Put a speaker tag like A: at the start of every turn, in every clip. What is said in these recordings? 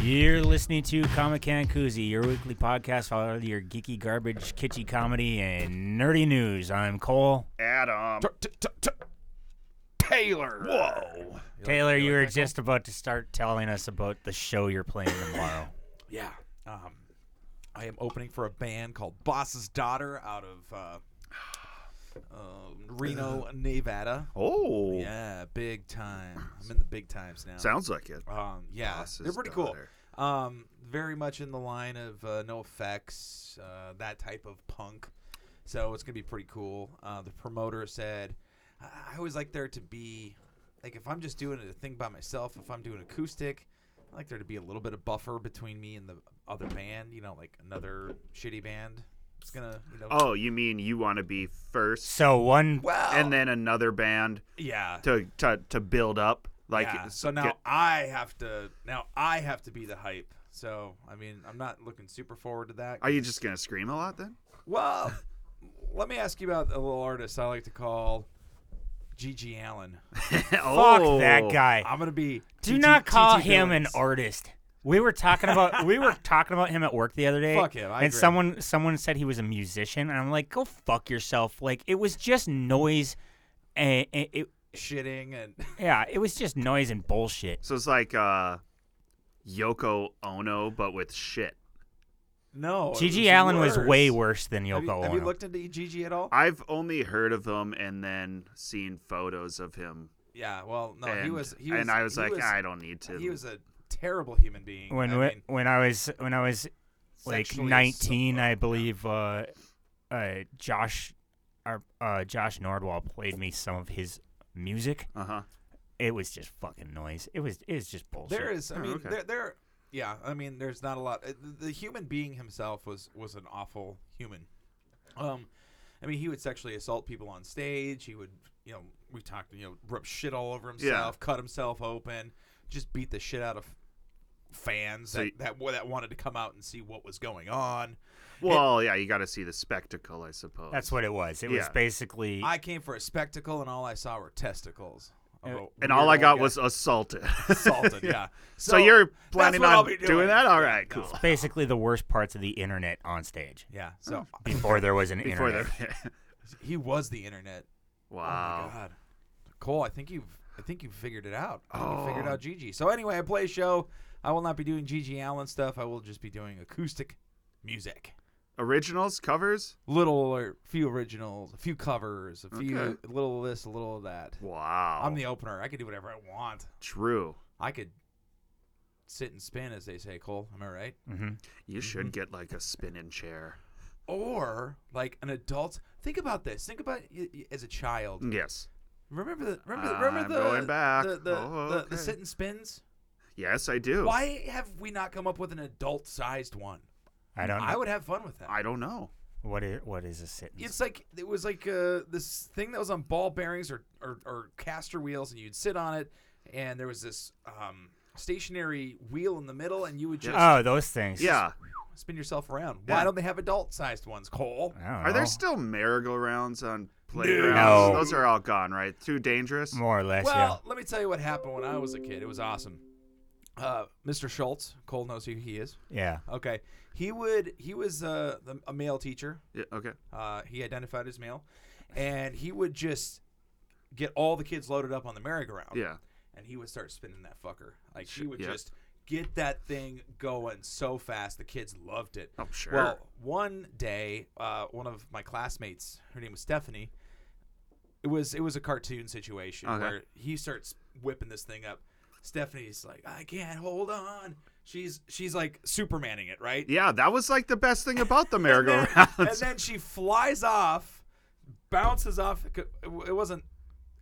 A: You're listening to Comic Can Koozie, your weekly podcast for all your geeky garbage, kitschy comedy, and nerdy news. I'm Cole.
B: Adam.
C: Taylor.
B: Whoa.
A: Taylor, you were just about to start telling us about the show you're playing tomorrow.
C: Yeah. Um, I am opening for a band called Boss's Daughter out of uh, um Reno, Nevada.
B: Oh.
C: Yeah, big time. I'm in the big times now.
B: Sounds like it.
C: um, yeah, they're
B: Boss's
C: pretty
B: Daughter.
C: cool. Um, very much in the line of uh, No Effects, uh, that type of punk. So it's gonna be pretty cool. Uh, the promoter said, I-, "I always like there to be, like if I'm just doing a thing by myself, if I'm doing acoustic, I like there to be a little bit of buffer between me and the other band. You know, like another shitty band. It's gonna, you know,
B: Oh, you mean you want to be first
A: So one,
C: well,
B: and then another band
C: yeah,
B: to to, to build up? Like
C: yeah.
B: it's-
C: so now
B: get-
C: I have to now I have to be the hype. So I mean I'm not looking super forward to that.
B: are you just gonna scream a lot then?
C: well, let me ask you about a little artist I like to call Gigi Allen.
A: fuck
B: Oh.
A: that guy.
C: I'm gonna be
A: Do
C: TT
A: not call
C: TT
A: him an
C: Billings.
A: artist. We were talking about we were talking about him at work the other day.
C: Fuck him, I
A: and
C: agree.
A: someone someone said he was a musician, and I'm like, go fuck yourself. Like it was just noise, and, and it
C: shitting and
A: yeah, it was just noise and bullshit.
B: So it's like uh, Yoko Ono, but with shit.
C: no. it
A: Gigi Allen was way
C: Oh, worse.
A: worse than
C: Have you,
A: Yoko
C: have you
A: Ono.
C: looked into Gigi at all?
B: I've only heard of him and then seen photos of him,
C: yeah. Well, no.
B: and,
C: Oh, he was. He was.
B: and I was
C: he
B: like, I don't need to.
C: He was a terrible human being.
A: when
C: I
A: we-
C: mean,
A: when I was when I was like
C: sexually assault-
A: 19, I believe uh, uh, Josh our, uh, Josh Nordwall played me some of his music.
B: uh huh.
A: It was just fucking noise. It was it was just bullshit.
C: There is. I
B: Oh,
C: mean,
B: okay.
C: there, there. Yeah, I mean, there's not a lot. uh, The the human being himself was was an awful human. Um, I mean, he would sexually assault people on stage. He would, you know, we talked, you know, rub shit all over himself, cut himself open, just beat the shit out of fans
B: So
C: that,
B: y-
C: that that wanted to come out and see what was going on.
B: Well, yeah, you got to see the spectacle, I suppose.
A: That's what it was. It was
B: Yeah.
A: basically
C: I came for a spectacle, and all I saw were testicles. Oh, of a
B: And
C: weird
B: all I
C: old
B: got
C: guy.
B: was assaulted.
C: assaulted. yeah.
B: So, you're
C: that's
B: planning
C: what I'll
B: on
C: be
B: doing. that? All right,
C: No.
B: cool.
A: basically the worst parts of the internet on stage
C: Yeah. So
B: Oh.
A: before there was an
B: Before
A: internet.
B: the
C: he was the internet. Oh
B: wow.
C: my god, Cole! I think you've I think you've figured it out. I think you figured
B: Oh.
C: out Gigi. So anyway, I play a show. I will not be doing Gigi Allen stuff. I will just be doing acoustic music.
B: Originals, covers.
C: Little or few originals, a few covers, a few
B: Okay.
C: a little of this, a little of that.
B: Wow.
C: I'm the opener. I can do whatever I want.
B: True.
C: I could sit and spin, as they say, Cole. Am I right?
A: hmm
B: You should
C: Mm-hmm.
B: get like a spinning chair.
C: Or like an adult. Think about this. Think about y- y- as a child.
B: Mm, Yes.
C: Remember the remember the-
B: I'm
C: remember the
B: going back.
C: the the,
B: Oh,
C: the,
B: okay.
C: the sit and spins.
B: Yes, I do.
C: Why have we not come up with an adult-sized one?
A: I don't know.
C: I would have fun with that.
B: I don't know.
A: what is what is a sit?
C: it's like it was like uh, this thing that was on ball bearings or, or or caster wheels, and you'd sit on it, and there was this um, stationary wheel in the middle, and you would just
A: Oh, those things.
B: Yeah.
C: spin yourself around.
B: Yeah.
C: Why don't they have adult-sized ones, Cole?
A: I don't
B: Are there
A: know.
B: still merry-go-rounds on playgrounds?
A: No.
B: Those are all gone, right? Too dangerous.
A: more or less?
C: Well, let me tell you what happened when I was a kid. It was awesome. Uh, Mr. Schultz, Cole knows who he is.
A: yeah.
C: Okay, he would he was uh, the- a male teacher
B: Yeah, okay.
C: Uh, he identified as male, and he would just get all the kids loaded up on the merry-go-round.
B: Yeah.
C: and he would start spinning that fucker. Like he would
B: yeah.
C: just get that thing going so fast. The kids loved it.
B: Oh, sure.
C: Well, one day, uh, one of my classmates, her name was Stephanie. It was it was a cartoon situation
B: Okay.
C: where he starts whipping this thing up. Stephanie's like, I can't hold on. She's she's like Supermaning it, right?
B: yeah, that was like the best thing about the
C: and then, and
B: merry-go-rounds.
C: then she flies off, bounces off. It w- it wasn't,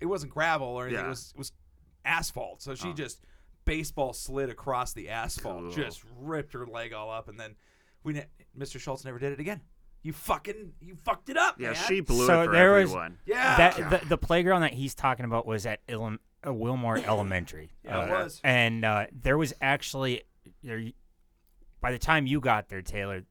C: it wasn't gravel or anything.
B: Yeah.
C: It was it was asphalt. So she
B: Oh.
C: just baseball slid across the asphalt,
B: Cool.
C: just ripped her leg all up, and then we, ne- Mr. Schultz never did it again. You fucking, you fucked it up,
B: yeah,
C: man.
B: she blew
A: So
B: it for
A: there was-
B: everyone.
C: yeah,
A: That the, the playground that he's talking about was at Illum, uh, Wilmore Elementary.
C: Yeah, it
A: Uh,
C: was.
A: And uh, there was actually there. By the time you got there, Taylor,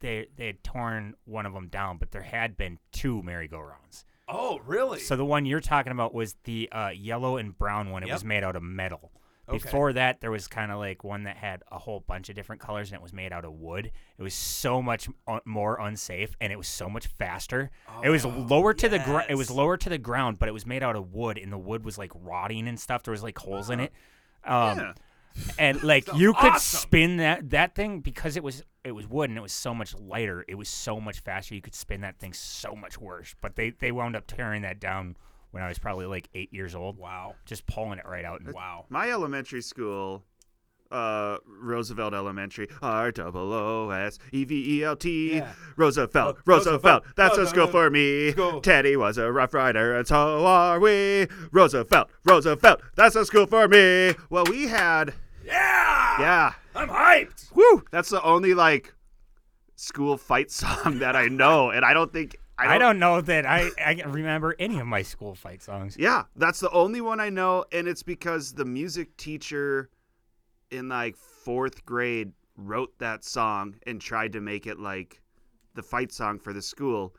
A: they they had torn one of them down, but there had been two merry-go-rounds.
C: Oh, really?
A: So the one you're talking about was the uh, yellow and brown one. It
C: Yep.
A: was made out of metal.
C: Okay.
A: Before that, there was kind of like one that had a whole bunch of different colors and it was made out of wood. It was so much un- more unsafe and it was so much faster. it was
C: Oh,
A: lower to the ground. It was
C: yes.
A: lower to the ground, but it was made out of wood and the wood was like rotting and stuff. There was like holes in it. Um,
B: yeah.
A: and like you could
C: awesome.
A: spin that that thing because it was it was wood and it was so much lighter it was so much faster you could spin that thing so much worse but they they wound up tearing that down when i was probably like eight years old
C: Wow.
A: just pulling it right out and
C: Wow.
B: My elementary school, uh, Roosevelt Elementary, R double O S E V E L T,
C: Yeah.
B: Roosevelt,
C: Oh, Roosevelt.
B: Roosevelt. That's
C: Oh,
B: a
C: no,
B: school
C: no.
B: for me.
C: School.
B: Teddy was a rough rider, and so are we. Roosevelt, Roosevelt. That's a school for me. Well, we had,
C: Yeah.
B: yeah,
C: I'm hyped.
B: woo. That's the only like school fight song that I know, and I don't think
A: I don't know that I, I remember any of my school fight songs.
B: Yeah, that's the only one I know, and it's because the music teacher in like fourth grade wrote that song and tried to make it like the fight song for the school.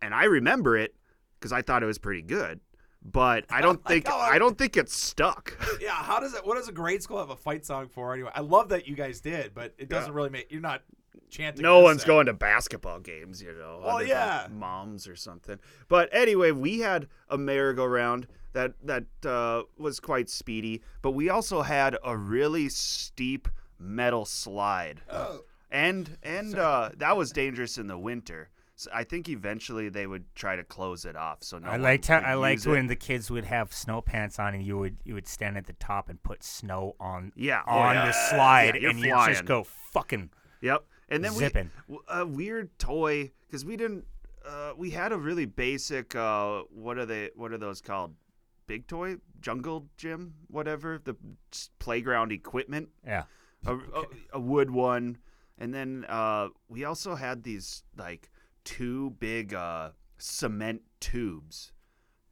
B: And I remember it because I thought it was pretty good, but I don't think
C: God.
B: I don't think it stuck.
C: Yeah. How does it? What does a grade school have a fight song for anyway? I love that you guys did, but it doesn't really make you're not chanting.
B: no
C: this
B: one's
C: out.
B: going to basketball games, you know.
C: Well,
B: other than
C: yeah.
B: moms or something. But anyway, we had a merry-go-round that that uh, was quite speedy, but we also had a really steep metal slide,
C: Oh.
B: and and uh, that was dangerous in the winter. So I think eventually they would try to close it off. So no
A: I
B: one
A: liked how,
B: could
A: I liked
B: use it.
A: when the kids would have snow pants on and you would you would stand at the top and put snow on
B: Yeah, oh,
A: on
B: yeah.
A: the slide
B: Yeah, you're
A: and you
B: flying.
A: just go fucking
B: Yep. And then
A: Zipping.
B: we w- a weird toy because we didn't. Uh, we had a really basic. Uh, what are they? What are those called? Big toy, jungle gym, whatever. The s- playground equipment,
A: yeah.
B: a, a, a wood one, and then uh, we also had these like two big uh, cement tubes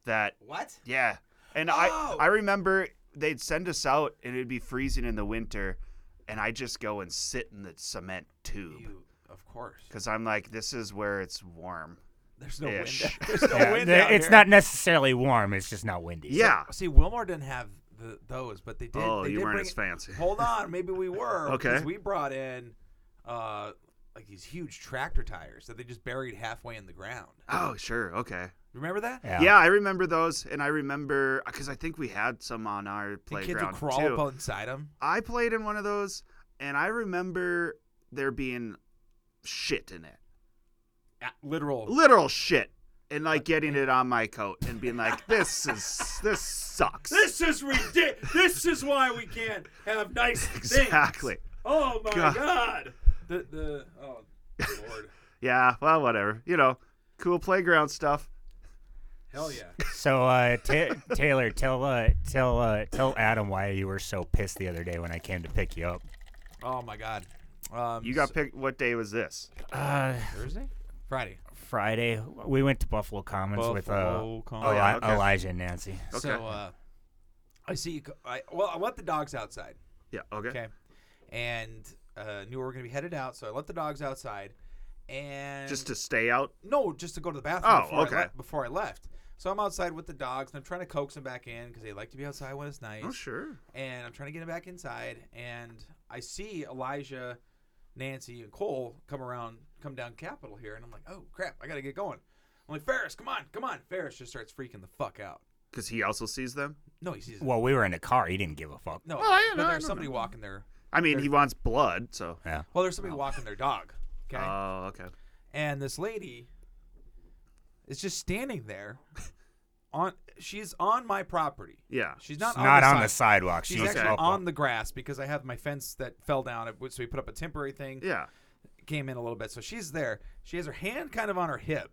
B: that
C: What?
B: yeah. And
C: Oh.
B: I I remember they'd send us out and it'd be freezing in the winter and I just go and sit in the cement tube
C: You, of course.
B: cuz I'm like this is where it's warm.
C: There's no
B: Ish.
C: wind. There's no
A: Yeah,
C: wind.
A: the-
C: out
A: it's
C: here.
A: not necessarily warm, it's just not windy.
B: Yeah.
C: See, Wilmar didn't have the, those, but they did.
B: oh,
C: they
B: you
C: did
B: weren't
C: bring-
B: as fancy.
C: Hold on, maybe we were. 'cause
B: Okay.
C: We brought in, uh, like these huge tractor tires that they just buried halfway in the ground.
B: Oh, sure. Okay.
C: Remember that?
A: Yeah.
B: Yeah, I remember those and I remember cuz I think we had some on our
C: The kids
B: playground
C: would crawl
B: too.
C: up inside them.
B: I played in one of those and I remember there being shit in it.
C: Literal.
B: literal shit and like getting it on my coat and being like this is this sucks
C: is ridiculous. this is why we can't have nice
B: exactly
C: Oh my
B: God.
C: The the oh lord.
B: yeah well whatever you know cool playground stuff
C: Hell yeah.
A: So uh, Ta Taylor, tell uh, tell uh, tell Adam why you were so pissed the other day when I came to pick you up.
C: Oh my god. Um,
B: you got picked what day was this
A: Uh,
C: Thursday, Friday.
A: Friday, we went to Buffalo Commons with uh,
C: Buffalo Con-
B: Oh, yeah,
A: Eli-
B: okay.
A: Elijah and Nancy.
B: Okay.
C: So uh, I see you. co- I, well, I let the dogs outside.
B: yeah okay,
C: Okay. And uh, knew we were going to be headed out, so I let the dogs outside. And
B: just to stay out
C: no, just to go to the bathroom
B: Oh,
C: before,
B: okay.
C: I le- before I left. So I'm outside with the dogs, and I'm trying to coax them back in because they like to be outside when it's nice.
B: oh sure
C: And I'm trying to get them back inside, and I see Elijah, Nancy, and Cole come around, come down Capitol here, and I'm like, oh crap, I got to get going. I'm like, Ferris, come on, come on. Ferris just starts freaking the fuck out.
B: because he also sees them
C: No, he sees.
A: Well, we were in the car. He didn't give a fuck.
C: no,
B: Well, I-
C: but
B: I
C: there's
B: don't
C: somebody
B: know.
C: walking there.
B: i mean he wants blood so
A: Yeah.
C: Well, there's somebody walking their dog. Okay.
B: oh okay
C: and this lady is just standing there on she's on my property
B: yeah
C: she's not,
A: It's
C: on,
A: not
C: the,
A: on the
C: side.
A: sidewalk.
C: she's
A: She's
C: actually
A: up-
C: on the grass because i have my fence that fell down It was- so we put up a temporary thing
B: yeah
C: came in a little bit so she's there she has her hand kind of on her hip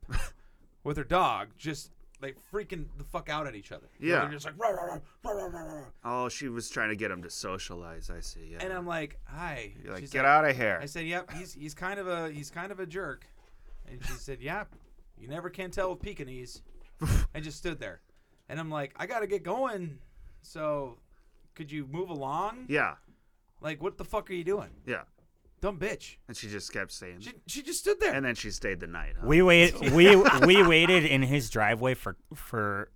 C: with her dog just like freaking the fuck out at each other You know,
B: Yeah.
C: they're just like "Rah, rah, rah, rah, rah, rah, rah."
B: oh she was trying to get him to socialize i see yeah
C: and i'm like hi
B: You're like
C: She's
B: get out of here
C: I said, "Yep, he's he's kind of a he's kind of a jerk," and she said, "Yep, you never can tell with Pekingese." and just stood there, and I'm like, "I gotta get going, so could you move along?
B: yeah
C: Like, what the fuck are you doing,
B: yeah
C: dumb bitch?"
B: and she just kept saying
C: She she just stood there.
B: and then she stayed the night huh?
A: We waited. We we waited in his driveway for for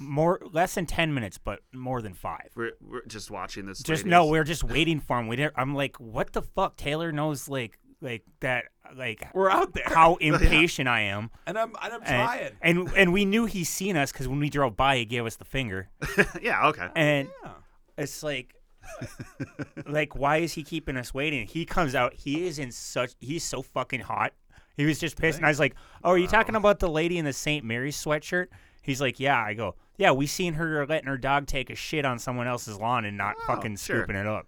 A: more less than ten minutes, but more than five.
B: We're, we're just watching this.
A: Just
B: ladies.
A: no, we're just waiting for him. We didn't, I'm like, what the fuck? Taylor knows like like that like
C: We're out there,
A: how impatient I am.
C: and I'm and I'm
A: And,
C: trying.
A: and and we knew he's seen us because when we drove by, he gave us the finger.
B: yeah, okay.
A: And
C: Yeah.
A: it's like like why is he keeping us waiting he comes out he is in such he's so fucking hot he was just pissed and i was like oh are you talking about the lady in the st mary's sweatshirt he's like yeah i go yeah we seen her letting her dog take a shit on someone else's lawn and not fucking
B: sure.
A: scooping it up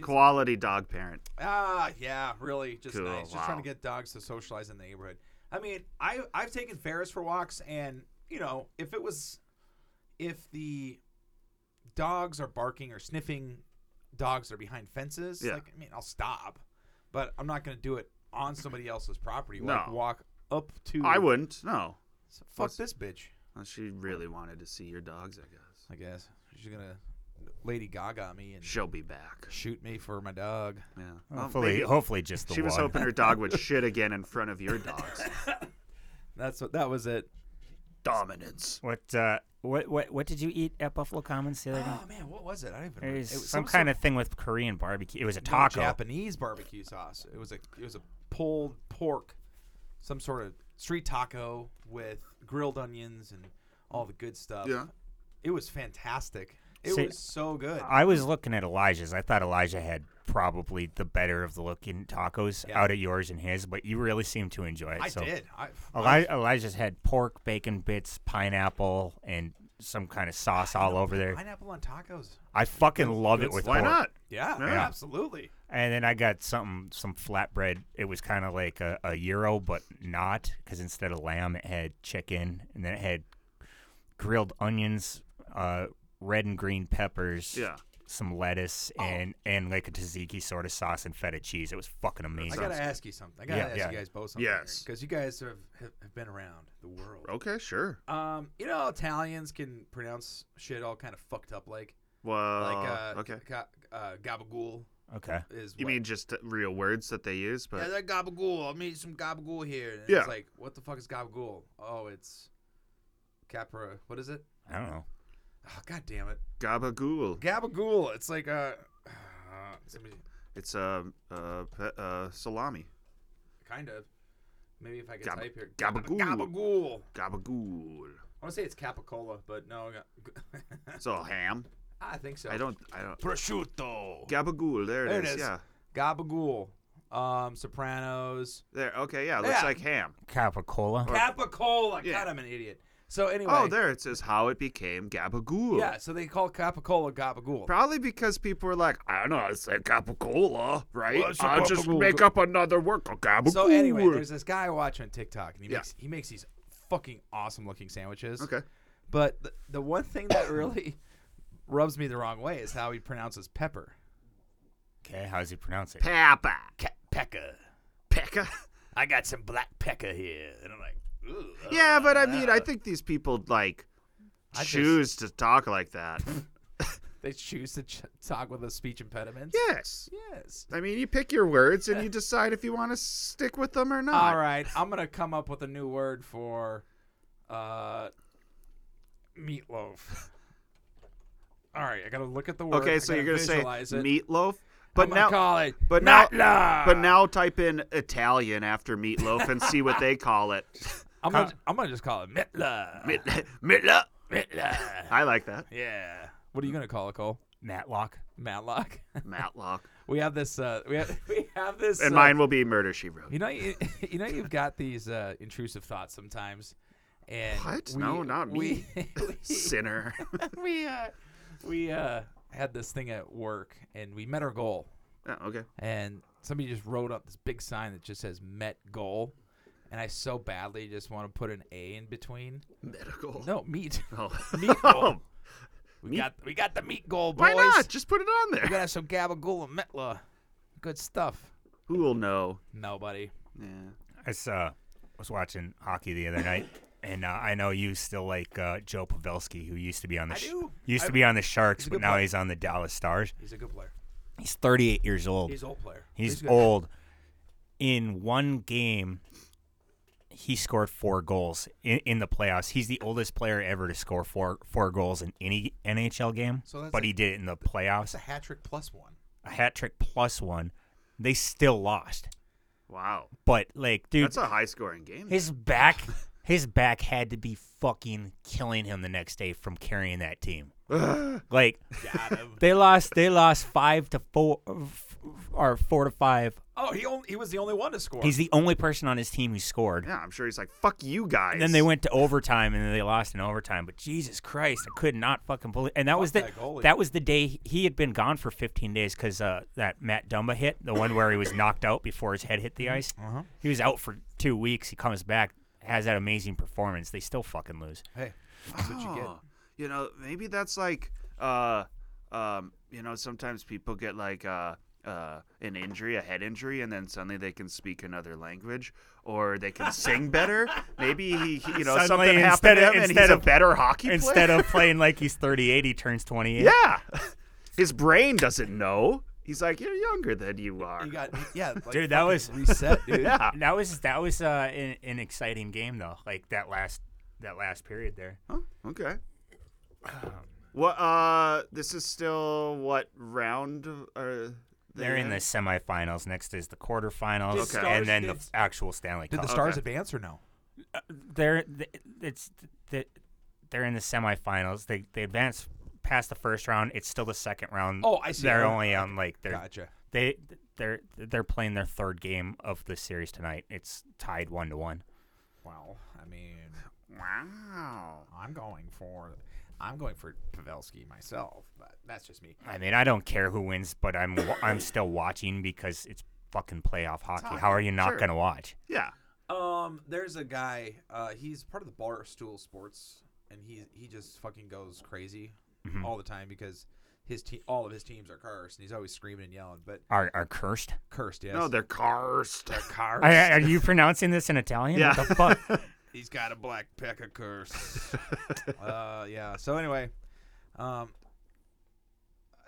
B: Quality dog parent.
C: Ah, yeah, really, just
B: Cool,
C: nice. Just trying to
B: wow.
C: get dogs to socialize in the neighborhood. I mean, I I've taken Ferris for walks, and you know, if it was, if the dogs are barking or sniffing, dogs that are behind fences.
B: Yeah.
C: Like, I mean, I'll stop, but I'm not gonna do it on somebody else's property. Like,
B: No.
C: walk up to.
B: I wouldn't. No,
C: So fuck this bitch.
B: unless Uh, she really wanted to see your dogs. I guess
C: I guess she's gonna Lady Gaga me and
B: she'll be back.
C: shoot me for my dog.
B: Yeah. Well,
A: hopefully
B: maybe-
A: hopefully just the
B: she was
A: one.
B: hoping her dog would shit again in front of your dogs.
C: That's what. That was it.
B: Dominance.
A: what uh what, what what did you eat at buffalo commons the other day
C: Oh man, what was it? I don't even.
A: it
C: remember.
A: was some, kind of thing with korean barbecue it was a
C: no,
A: taco
C: Japanese barbecue sauce. It was a it was a pulled pork, some sort of street taco with grilled onions and all the good stuff.
B: Yeah.
C: it was fantastic. It
A: See,
C: was so good.
A: I was looking at Elijah's. I thought Elijah had probably the better of the looking tacos
C: Yeah.
A: out of yours and his, but you really seemed to enjoy it.
C: I
A: so Oh,
C: did. I,
A: Eli- Elijah's had pork, bacon bits, pineapple, and some kind of sauce all over there.
C: pineapple on tacos.
A: I fucking love it
C: good
A: with
B: Why
A: pork.
B: not?
C: Yeah,
B: Yeah.
C: absolutely.
A: And then I got something, some flatbread. It was kind of like a, a gyro, but not because instead of lamb, it had chicken, and then it had grilled onions, uh, red and green peppers,
B: Yeah.
A: some lettuce,
C: Oh.
A: and and like a tzatziki sort of sauce and feta cheese. It was fucking
C: I
A: amazing.
C: gotta ask you something. I gotta
A: Yeah,
C: ask
A: yeah.
C: you guys both something.
B: Yes.
C: because you guys have, have have been around the world.
B: Okay, sure.
C: Um, you know Italians can pronounce shit all kind of fucked up like
B: Well,
C: like uh,
B: okay.
C: ga- uh, gabagool
A: okay.
C: is
B: You
C: what?
B: mean just real words that they use, but
C: yeah, that gabagool. I'll meet some gabagool here. And
B: Yeah.
C: It's like, what the fuck is gabagool? Oh, it's capra. What is it?
A: I don't know.
C: Oh, God damn it.
B: gabagool.
C: Gabagool. It's like a. Uh, somebody,
B: It's a uh, uh, pe- uh, salami.
C: kind of. Maybe if I could
B: Gab-
C: type here.
B: gabagool.
C: Gabagool.
B: Gabagool.
C: I want to say it's capicola, but no. ga-
B: It's all ham.
C: I think so.
B: I don't. I don't.
C: Prosciutto.
B: Gabagool. There
C: There
B: it
C: it
B: is.
C: is.
B: Yeah.
C: Gabagool. Um, Sopranos.
B: There. Okay. Yeah. it Looks
C: Yeah.
B: like ham.
A: Capicola.
C: Capicola.
B: Yeah.
C: God, I'm an idiot. So anyway.
B: Oh, there it says how it became gabagool.
C: Yeah, so they call capicola gabagool.
B: Probably because people were like, I don't know, it's like capicola, right?
C: Well, it's a
B: I'll just
C: gabagool.
B: make up another word. called Gabagool.
C: So anyway, there's this guy I watch on TikTok, and he
B: Yeah.
C: makes he makes these fucking awesome looking sandwiches.
B: Okay.
C: But the, the one thing that really rubs me the wrong way is how he pronounces pepper.
A: Okay, how's he pronounce it?
B: Papa.
C: Pecca.
B: Pekka.
C: I got some black pecca here, and I'm like, Ooh,
B: Yeah, but I mean, I think these people, like,
C: Uh. I just-
B: choose to talk like that.
C: they choose to ch- talk with a speech impediment.
B: yes.
C: Yes.
B: I mean, you pick your words and you decide if you want to stick with them or not.
C: All right, I'm gonna come up with a new word for uh, meatloaf. All right, I gotta look at the word.
B: Okay,
C: I
B: so you're
C: gotta
B: gonna say
C: visualize it.
B: meatloaf,
C: I'm
B: but
C: gonna
B: now,
C: call it
B: but now,
C: meatloaf.
B: but now type in Italian after meatloaf and see what they call it.
C: I'm gonna, I'm gonna just call it Mitla.
B: Meat- meatloaf.
C: Mitla.
B: I like that.
C: Yeah. What are you gonna call it, Cole?
A: Matlock.
C: Matlock.
B: Matlock.
C: We have this. Uh, we have we have this.
B: And
C: uh,
B: mine will be murder she wrote.
C: You know, you, you know, you've got these uh, intrusive thoughts sometimes. And
B: What?
C: we-
B: No, not
C: we- we,
B: Sinner.
C: we uh, we uh, had this thing at work, and we met our goal.
B: Oh, okay.
C: And somebody just wrote up this big sign that just says "Met Goal," and I so badly just want to put an A in between.
B: Medical.
C: No, meet.
B: Oh.
C: Meat goal. We got we got the meat goal, boys.
B: Why not? Just put it on
C: We
B: there.
C: gotta have some gabagool and metla. Good stuff.
B: Who will know?
C: Nobody.
B: Yeah.
A: I was, uh, was watching hockey the other night, and uh, I know you still like uh, Joe Pavelski, who used to be on the
C: I do.
A: used
C: I-
A: to be on the Sharks,
C: a
A: but
C: good
A: now
C: player.
A: he's on the Dallas Stars.
C: He's a good player.
A: He's 38 years old.
C: He's an old player.
A: He's
C: good.
A: old. In one game, he scored four goals in, in the playoffs. He's the oldest player ever to score four four goals in any NHL game.
C: So that's
A: but
C: a-
A: he did it in the
C: That's
A: playoffs,
C: a hat trick plus one.
A: a hat trick plus one. They still lost,
B: Wow,
A: but like, dude,
B: that's a high scoring game.
A: his back, his back had to be fucking killing him the next day from carrying that team. like
C: Got him.
A: they lost, they lost five to four, or four to five.
C: oh, he only, he was the only one to score.
A: He's the only person on his team who scored.
B: yeah, I'm sure he's like, "Fuck you guys."
A: And then they went to overtime, and then they lost in overtime. But Jesus Christ, I could not fucking believe. And that was the
C: that goalie.
A: that, was the day he had been gone for 15 days because uh, that Matt Dumba hit, the one where he was knocked out before his head hit the ice.
C: Uh-huh.
A: He was out for two weeks. He comes back, has that amazing performance. They still fucking lose.
C: hey, that's what you get.
B: Oh, you know, maybe that's like, uh, um, you know, sometimes people get like uh, uh, an injury, a head injury, and then suddenly they can speak another language or they can sing better. Maybe he, he- you know,
A: Suddenly,
B: something
A: instead
B: happened to
A: of-
B: him and he's
A: instead
B: a
A: of-
B: better hockey player.
A: Instead of playing like he's 38, he turns 28.
B: yeah, his brain doesn't know. He's like, you're younger than you are.
C: You got yeah, like,
A: Dude, that
C: fucking
A: was-
C: reset, dude.
B: yeah.
A: And That was that was uh, an, an exciting game though. Like that last that last period there.
B: Oh, okay. What? Uh, this is still what round? uh, Are they
A: They're in the
B: in?
A: semifinals. Next is the quarterfinals,
C: Did
B: Okay.
A: and then the
C: Stars- did-
A: actual Stanley
C: Did
A: Cup.
C: the Stars
B: Okay.
C: advance or no?
A: they're th- it's th- they're in the semifinals. They they advance past the first round. It's still the second round.
C: Oh, I see.
A: They're
C: Okay.
A: only on like they're
C: Gotcha.
A: they they're they're playing their third game of the series tonight. It's tied one to one.
C: Wow. I mean,
B: Wow.
C: I'm going for, I'm going for Pavelski myself, but that's just me.
A: I mean, I don't care who wins, but I'm wa- I'm still watching because it's fucking playoff hockey. How are you not
B: Sure.
A: gonna watch?
B: Yeah.
C: Um, there's a guy. Uh, he's part of the Barstool Sports, and he he just fucking goes crazy all the time because his team, all of his teams are cursed, and he's always screaming and yelling. But
A: Are are cursed?
C: cursed, yes.
B: No, they're cursed.
C: They're cursed.
A: I, are you pronouncing this in Italian?
B: Yeah.
A: What the fuck?
C: He's got a black peck of curse. uh, yeah. So anyway, um,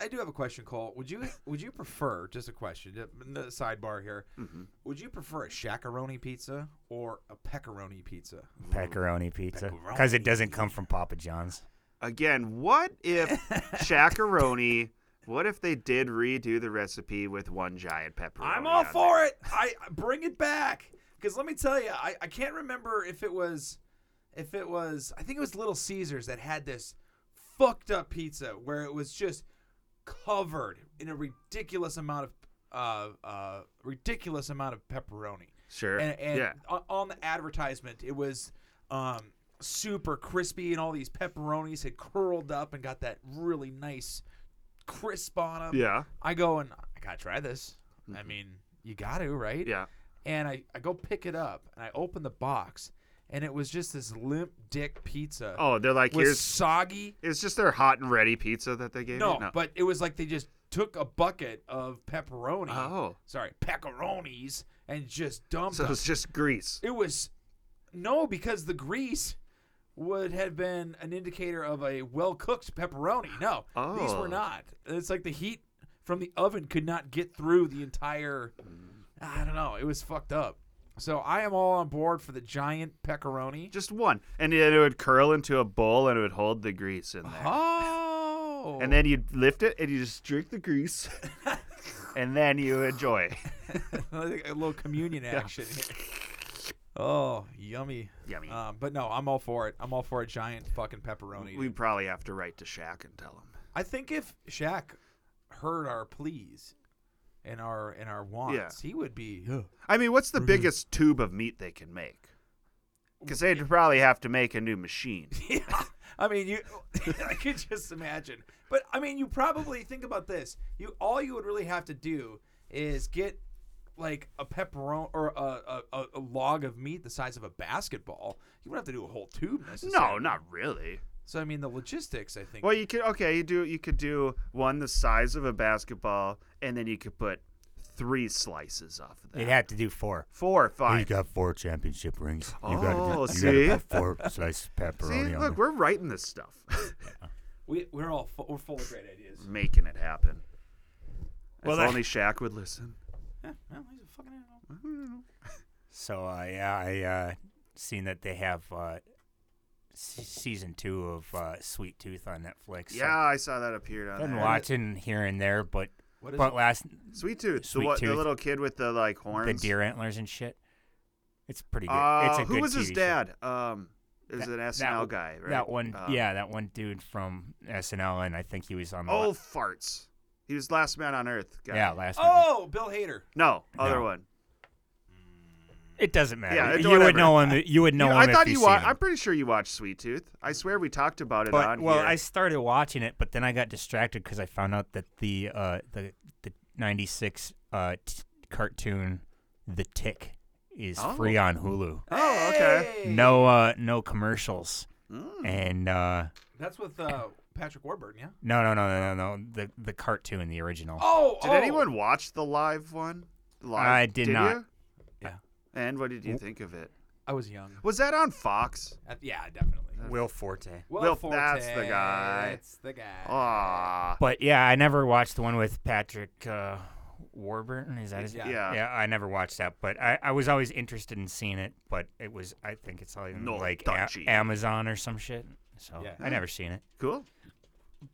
C: I do have a question, Cole. Would you would you prefer just a question? uh, in The sidebar here.
B: Mm-hmm.
C: Would you prefer a shakaroni pizza or a pepperoni pizza?
A: Pepperoni pizza because it doesn't come from Papa John's.
B: Again, what if Chacaroni? What if they did redo the recipe with one giant pepperoni?
C: I'm all
B: on
C: for it. I I- bring it back because let me tell you, I, I can't remember if it was if it was I think it was Little Caesars that had this fucked up pizza where it was just covered in a ridiculous amount of uh, uh, ridiculous amount of pepperoni.
B: Sure.
C: And, and
B: Yeah.
C: o- on the advertisement, it was um, super crispy, and all these pepperonis had curled up and got that really nice crisp on them.
B: It. Yeah.
C: I go and I gotta try this. I mean, you got to, right?
B: Mm-hmm. Yeah.
C: And I, I go pick it up and I open the box and it was just this limp dick pizza.
B: Oh, they're like
C: with
B: here's.
C: soggy.
B: It's just their hot and ready pizza that they gave
C: No,
B: you.
C: but it was like they just took a bucket of pepperoni.
B: Oh.
C: Sorry, pepperonis and just dumped
B: so
C: them.
B: it's just grease.
C: It was no, because the grease would have been an indicator of a well cooked pepperoni. No, these
B: Oh.
C: were not. It's like the heat from the oven could not get through the entire. I don't know. It was fucked up. So I am all on board for the giant pepperoni.
B: Just one, and then it would curl into a bowl, and it would hold the grease in there.
C: Oh,
B: And then you'd lift it, and you just drink the grease, and then you enjoy.
C: a little communion action. here. Oh, yummy.
B: Yummy.
C: Um, but no, I'm all for it. I'm all for a giant fucking pepperoni.
B: we probably have to write to Shaq and tell him.
C: I think if Shaq heard our pleas and our and our wants, he would be.
B: I mean, what's the
A: Mm-hmm.
B: biggest tube of meat they can make? Because they'd probably have to make a new machine.
C: Yeah. I mean, you. I could just imagine. But I mean, you probably think about this. You all you would really have to do is get like a pepperoni or a, a, a, a log of meat the size of a basketball. You wouldn't have to do a whole tube
B: No,
C: necessarily.
B: not really.
C: So I mean, the logistics. I think.
B: Well, you could okay, you do you could do one the size of a basketball, and then you could put three slices off of that.
A: They'd have to do four.
B: Four,
A: You
B: five.
A: got four championship rings. You
B: Oh,
A: got to
B: see?
A: you got four slices of pepperoni
B: See,
A: on
B: look,
A: there.
B: we're writing this stuff,
C: we we're all full, we're full of great ideas.
B: making it happen.
A: Well,
B: if
A: that-
B: only Shaq would listen.
C: Yeah, well, he's a fucking animal.
A: So uh, yeah, I uh, seen that they have uh, se- season two of uh, Sweet Tooth on Netflix. so
B: Yeah, I saw that appeared on
A: been
B: there.
A: watching here and there, but
C: What is
A: but last
B: Sweet Tooth.
A: Sweet
B: the, what, the
A: Tooth.
B: little kid with the like horns.
A: the deer antlers and shit. It's pretty good.
B: Uh,
A: it's a
B: who
A: good
B: was his
A: TV show.
B: dad? Um, it was
A: That-
B: an
A: that
B: SNL
A: one-
B: guy, right?
A: That one,
B: Uh,
A: yeah, that one dude from SNL, and I think he was on. The
B: Oh,
A: la-
B: farts. He was Last Man on Earth. Guy.
A: yeah, last. one.
C: Oh, Bill Hader.
B: No, other
A: No.
B: one.
A: It doesn't matter.
B: Yeah, it-
A: you
B: whatever.
A: would know him. You would know
B: You-
A: him.
B: I
A: if
B: thought
A: you
B: you
A: seen
B: wa-
A: him.
B: I'm pretty sure you watched Sweet Tooth. I swear we talked about it
A: But
B: on
A: well,
B: here.
A: I started watching it, but then I got distracted because I found out that the uh, the the '96 uh, t- cartoon, The Tick, is
B: Oh.
A: free on Hulu.
B: Oh, okay.
C: Hey!
A: No, uh, no commercials,
B: Mm.
A: and uh,
C: That's with uh, Patrick Warburton, yeah.
A: no, no, no, no, no, no, the the cartoon, the original.
C: Oh,
B: Did
C: oh.
B: anyone watch the live one? Live?
A: I did not.
B: you?
C: Yeah.
B: And what did you think of it?
C: I was young.
B: Was that on Fox?
C: Uh, yeah, definitely.
A: Will Forte.
C: Will
B: Will-
C: Forte,
B: that's the guy.
C: That's the guy.
B: Ah,
A: But yeah, I never watched the one with Patrick uh, Warburton. Is that his?
C: Yeah.
B: yeah.
A: Yeah, I never watched that, but I, I was always interested in seeing it. But it was, I think it's on
B: No
A: like a-
B: touchy.
A: Amazon or some shit. So
C: Yeah.
A: I never seen it.
B: Cool.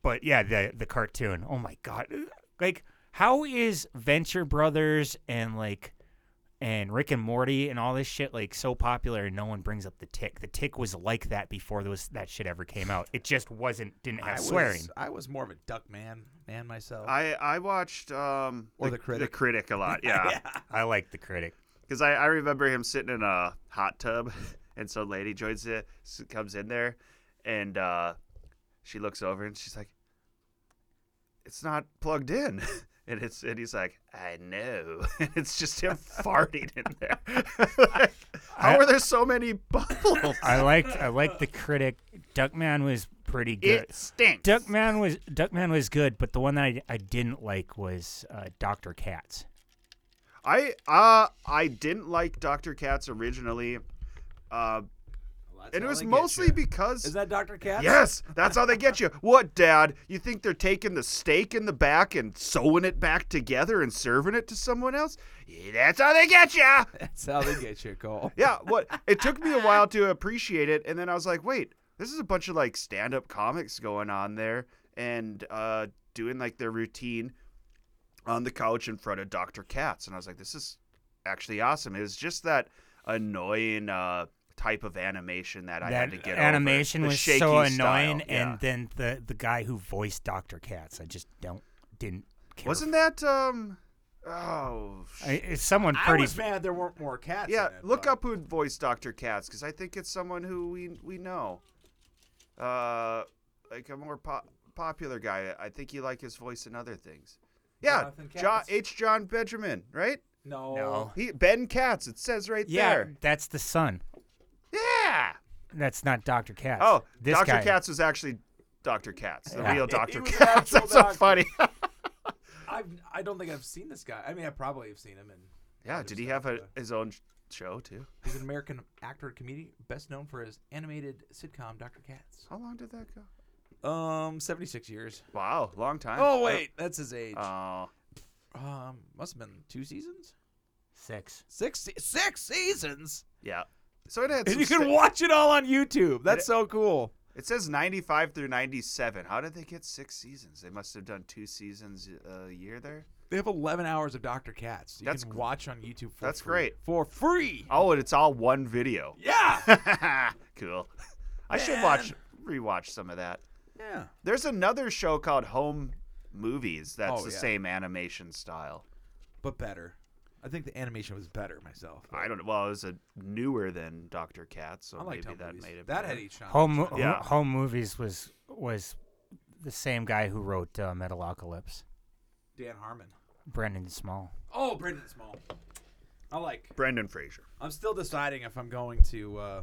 A: But yeah, the the cartoon. Oh my god! Like, how is Venture Brothers and like and Rick and Morty and all this shit like so popular and no one brings up the Tick? The Tick was like that before those that shit ever came out. It just wasn't didn't
C: I
A: have
C: was,
A: swearing.
C: I was more of a duck man, man myself.
B: I I watched um
C: Or The
B: the
C: Critic.
B: critic a lot. Yeah.
A: I like the critic.
B: Because I, I remember him sitting in a hot tub, and some lady joins it, s- comes in there, and uh, she looks over and she's like, "It's not plugged in," and it's and he's like, "I know," and it's just him farting in there. Like, how
A: I-
B: are there so many bubbles?
A: I liked I liked the critic. Duckman was pretty good.
B: it stinks.
A: Duckman was Duckman was good, but the one that I, I didn't like was uh, Doctor Katz.
B: I uh I didn't like Dr. Katz originally, uh, and it was mostly because
C: Is that Dr. Katz?
B: Yes, that's how they get you. What, Dad? You think they're taking the steak in the back and sewing it back together and serving it to someone else? Yeah, that's how they get you.
C: That's how they get you, Cole.
B: Yeah, what? It took me a while to appreciate it, and then I was like, wait, this is a bunch of like stand-up comics going on there and uh, doing like their routine on the couch in front of Dr. Katz, and I was like, this is actually awesome. It was just that annoying. Uh, type of animation that, I had
A: That
B: to get over.
A: animation
B: The
A: was
B: shaky
A: so annoying,
B: style, yeah.
A: and then the the guy who voiced Doctor Katz, I just don't didn't care.
B: Wasn't that um? Oh, sh-
A: I, it's someone
C: I
A: pretty?
C: was mad there weren't more cats.
B: yeah.
C: in it,
B: Look
C: but-
B: up who voiced Doctor Katz because I think it's someone who we we know. Uh, like a more po- popular guy. I think you like his voice in other things. Yeah,
C: Jonathan
B: John
C: Katz.
B: H. John Benjamin, right?
C: No.
A: No.
B: He Ben Katz. It says right
A: yeah,
B: there.
A: that's the son.
B: Yeah.
A: That's not Doctor Katz.
B: Oh,
A: this
B: Doctor
A: guy.
B: Katz was actually Doctor Katz, the
A: Yeah.
B: real
C: He- he
B: Doctor
C: was an
B: Katz.
C: actual
B: That's so
C: doctor.
B: funny.
C: I've, I don't think I've seen this guy. I mean, I probably have seen him. And
B: yeah. Did he have a, his own sh- show too?
C: He's an American actor and comedian, best known for his animated sitcom Dr. Katz.
B: How long did that go?
C: Um, 76 years.
B: Wow, long time.
C: Oh wait, that's his age.
B: Oh.
C: Um, must have been two seasons,
A: Six.
C: six, se- six seasons,
B: Yeah. So it had.
C: and
B: some
C: you can
B: sta-
C: watch it all on YouTube. That's so cool.
B: It says ninety-five through ninety-seven. How did they get six seasons? They must have done two seasons a year there.
C: They have 11 hours of Dr. Katz. You
B: That's
C: can
B: gr-
C: watch on YouTube. For
B: that's
C: free.
B: great.
C: for free.
B: Oh, and it's all one video.
C: Yeah,
B: cool. I should watch rewatch some of that.
C: yeah.
B: There's another show called Home Movies. That's
C: Oh,
B: the
C: yeah.
B: same animation style.
C: But better. I think the animation was better myself.
B: I don't know. Well, it was a newer than Doctor Cat, so
C: I
B: maybe
C: liked home
B: that
C: movies.
B: made it.
C: That
B: better.
C: had each
A: Home Mo- oh.
B: Yeah.
A: Home Movies was was the same guy who wrote uh, Metalocalypse,
C: Dan Harmon.
A: Brendan Small.
C: Oh, Brendan Small. I like.
B: Brendan Fraser.
C: I'm still deciding if I'm going to uh,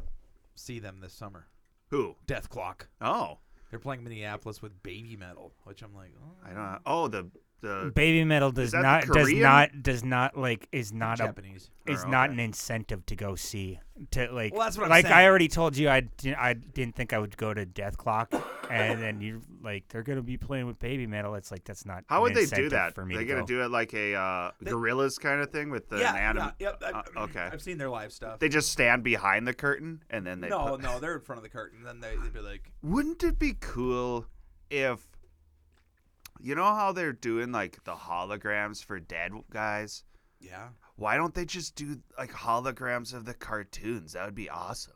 C: see them this summer.
B: Who?
C: Death Clock.
B: Oh,
C: They're playing Minneapolis with Baby Metal, which I'm like, oh.
B: I don't. know. Oh, the the
A: Baby metal does
B: Is that the
A: not does
B: Korean?
A: not does not like is not a
C: Japanese.
A: is
B: Oh,
A: not
B: okay.
A: an incentive to go see to like
C: Well, that's what I'm
A: like I
C: saying.
A: already told you I didn't I didn't think I would go to Death Clock and then you like they're gonna be playing with baby metal it's like that's not
B: How
A: an
B: would they do
A: incentive
B: that?
A: for me
B: They're
A: to
B: gonna
A: go.
B: do it like a uh, gorillas kind of thing with the
C: yeah,
B: anim-
C: yeah, yep, I-
B: uh, okay.
C: I've seen their live stuff.
B: They just stand behind the curtain and then they.
C: no,
B: put-
C: no, they're in front of the curtain. Then they, they'd be like,
B: Wouldn't it be cool if, you know how they're doing like the holograms for dead guys?
C: yeah.
B: Why don't they just do like holograms of the cartoons? That would be awesome.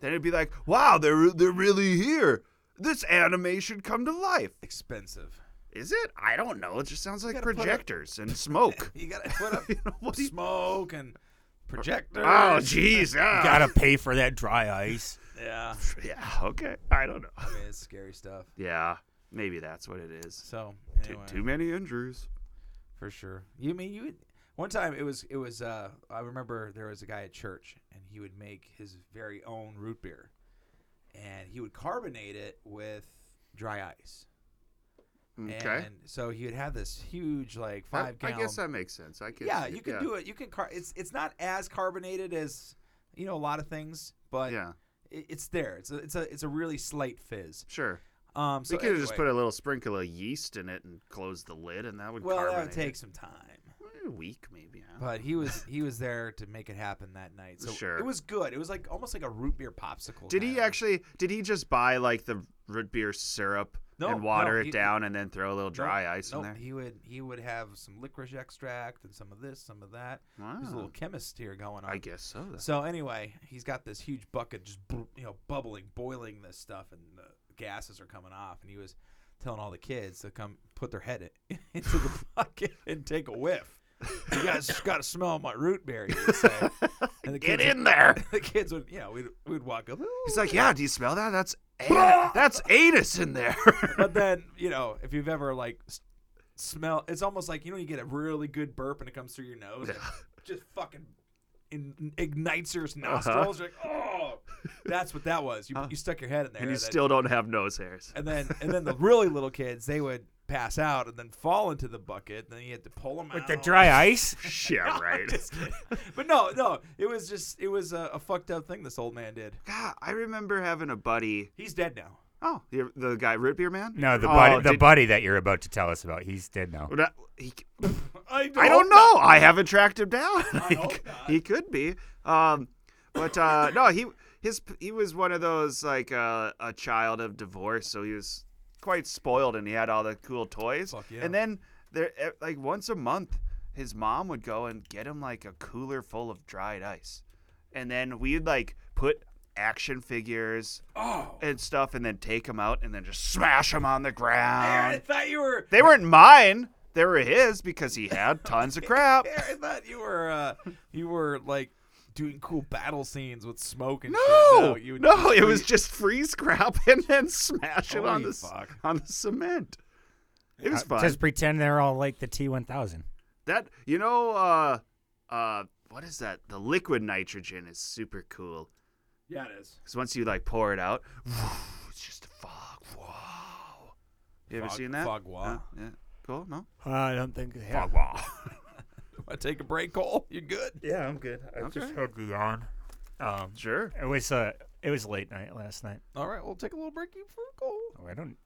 B: Then it'd be like, wow, they're they're really here. This animation come to life.
C: expensive.
B: Is it? I don't know. It just sounds like
C: gotta put a-
B: projectors and smoke.
C: You gotta put up
B: You know, what do you-
C: smoke and projectors.
B: oh, jeez. ah.
A: gotta pay for that dry ice
C: Yeah,
B: Yeah. Okay. I don't know.
C: I mean it's scary stuff.
B: Yeah. Maybe that's what it is.
C: So
B: Too-
C: anyway,
B: Too many injuries.
C: for sure. You mean you? would- One time it was it was uh I remember there was a guy at church and he would make his very own root beer, and he would carbonate it with dry ice.
B: Okay.
C: And so he would have this huge like
B: I-
C: five
B: I,
C: gallon.
B: guess that makes sense. I can.
C: yeah,
B: see
C: you can do it. You can car. It's it's not as carbonated as you know a lot of things, but
B: Yeah.
C: it, it's there. It's a it's a it's a really slight fizz.
B: Sure.
C: Um, so
B: we could have just put
C: anyway,
B: a little sprinkle of yeast in it and close the lid, and that would
C: well, that
B: carbonate
C: would take some time.
B: it. a week maybe. I don't know.
C: But he was he was there to make it happen that night. So
B: Sure.
C: it was good. It was like almost like a root beer popsicle.
B: Did he
C: kinda.
B: actually? Did he just buy like the root beer syrup
C: No,
B: and water
C: no,
B: it
C: he-
B: down, and then throw a little
C: Nope,
B: dry ice
C: nope.
B: in there?
C: He would he would have some licorice extract and some of this, some of that. There's a
B: Wow.
C: little chemist here going on.
B: I guess so. Then.
C: So anyway, he's got this huge bucket just bu- you know bubbling, boiling this stuff, and the gases are coming off. And he was telling all the kids to come put their head in, into the bucket and take a whiff. You guys just got to smell my root beer. He would say. And the
B: Get
C: kids
B: in there.
C: Would, the kids would, you know, we'd, we'd walk up. "Ooh."
B: He's like, yeah. Do you smell that? That's an- that's anus in there.
C: But then, you know, if you've ever like s- smell, it's almost like you know, you get a really good burp and it comes through your nose, and just fucking in, ignites your
B: Uh-huh.
C: nostrils. You're like, oh, that's what that was. You, you stuck your head in there,
B: and you
C: then-
B: still don't have nose hairs.
C: and then and then the really little kids they would pass out and then fall into the bucket. And then you had to pull them
A: with
C: out
B: Oh,
A: the dry ice
B: yeah,
C: I'm
B: right.
C: just kidding. but no, no, it was just it was a, a fucked up thing this old man did.
B: God, I remember having a buddy.
C: He's dead now.
B: Oh, the, the guy root beer man?
A: no the
B: Oh,
A: buddy the
B: did-
A: buddy that you're about to tell us about he's dead now
B: Well, that- he-
C: I don't,
B: I don't know. I haven't tracked him down. he,
C: hope
B: c-
C: not.
B: he could be. Um, but uh, no, he his he was one of those like uh, a child of divorce, so he was quite spoiled, and he had all the cool toys.
C: Fuck yeah.
B: And then there, eh, like once a month, his mom would go and get him like a cooler full of dried ice, and then we'd like put action figures
C: Oh,
B: and stuff, and then take them out and then just smash them on the
C: Aaron, I
B: ground.
C: thought you were.
B: They weren't mine. They were his because he had tons of crap.
C: Aaron, I thought you were. Uh, you were like doing cool battle scenes with smoke and shit.
B: No,
C: you would
B: no,
C: just
B: it was
C: free-
B: just freeze crap and then smash it on
C: Holy
B: the s-
C: fuck.
B: on the cement. It was
A: Uh,
B: fun.
A: just pretend they're all like the T1000
B: That you know, uh, uh, what is that? The liquid nitrogen is super cool
C: yeah, it is.
B: because once you like pour it out, it's just a fog. Wow, you ever
C: Fog-
B: seen that?
C: fog wall.
B: Yeah, yeah. cool. No,
A: Uh, I don't think they
B: fog wall.
C: Want to take a break, Cole? You good?
A: yeah I'm good I
B: just Okay.
A: had the on um
B: sure.
A: it was uh it was late night last night
C: All right, we'll take a little breaky for Cole.
A: Oh, I don't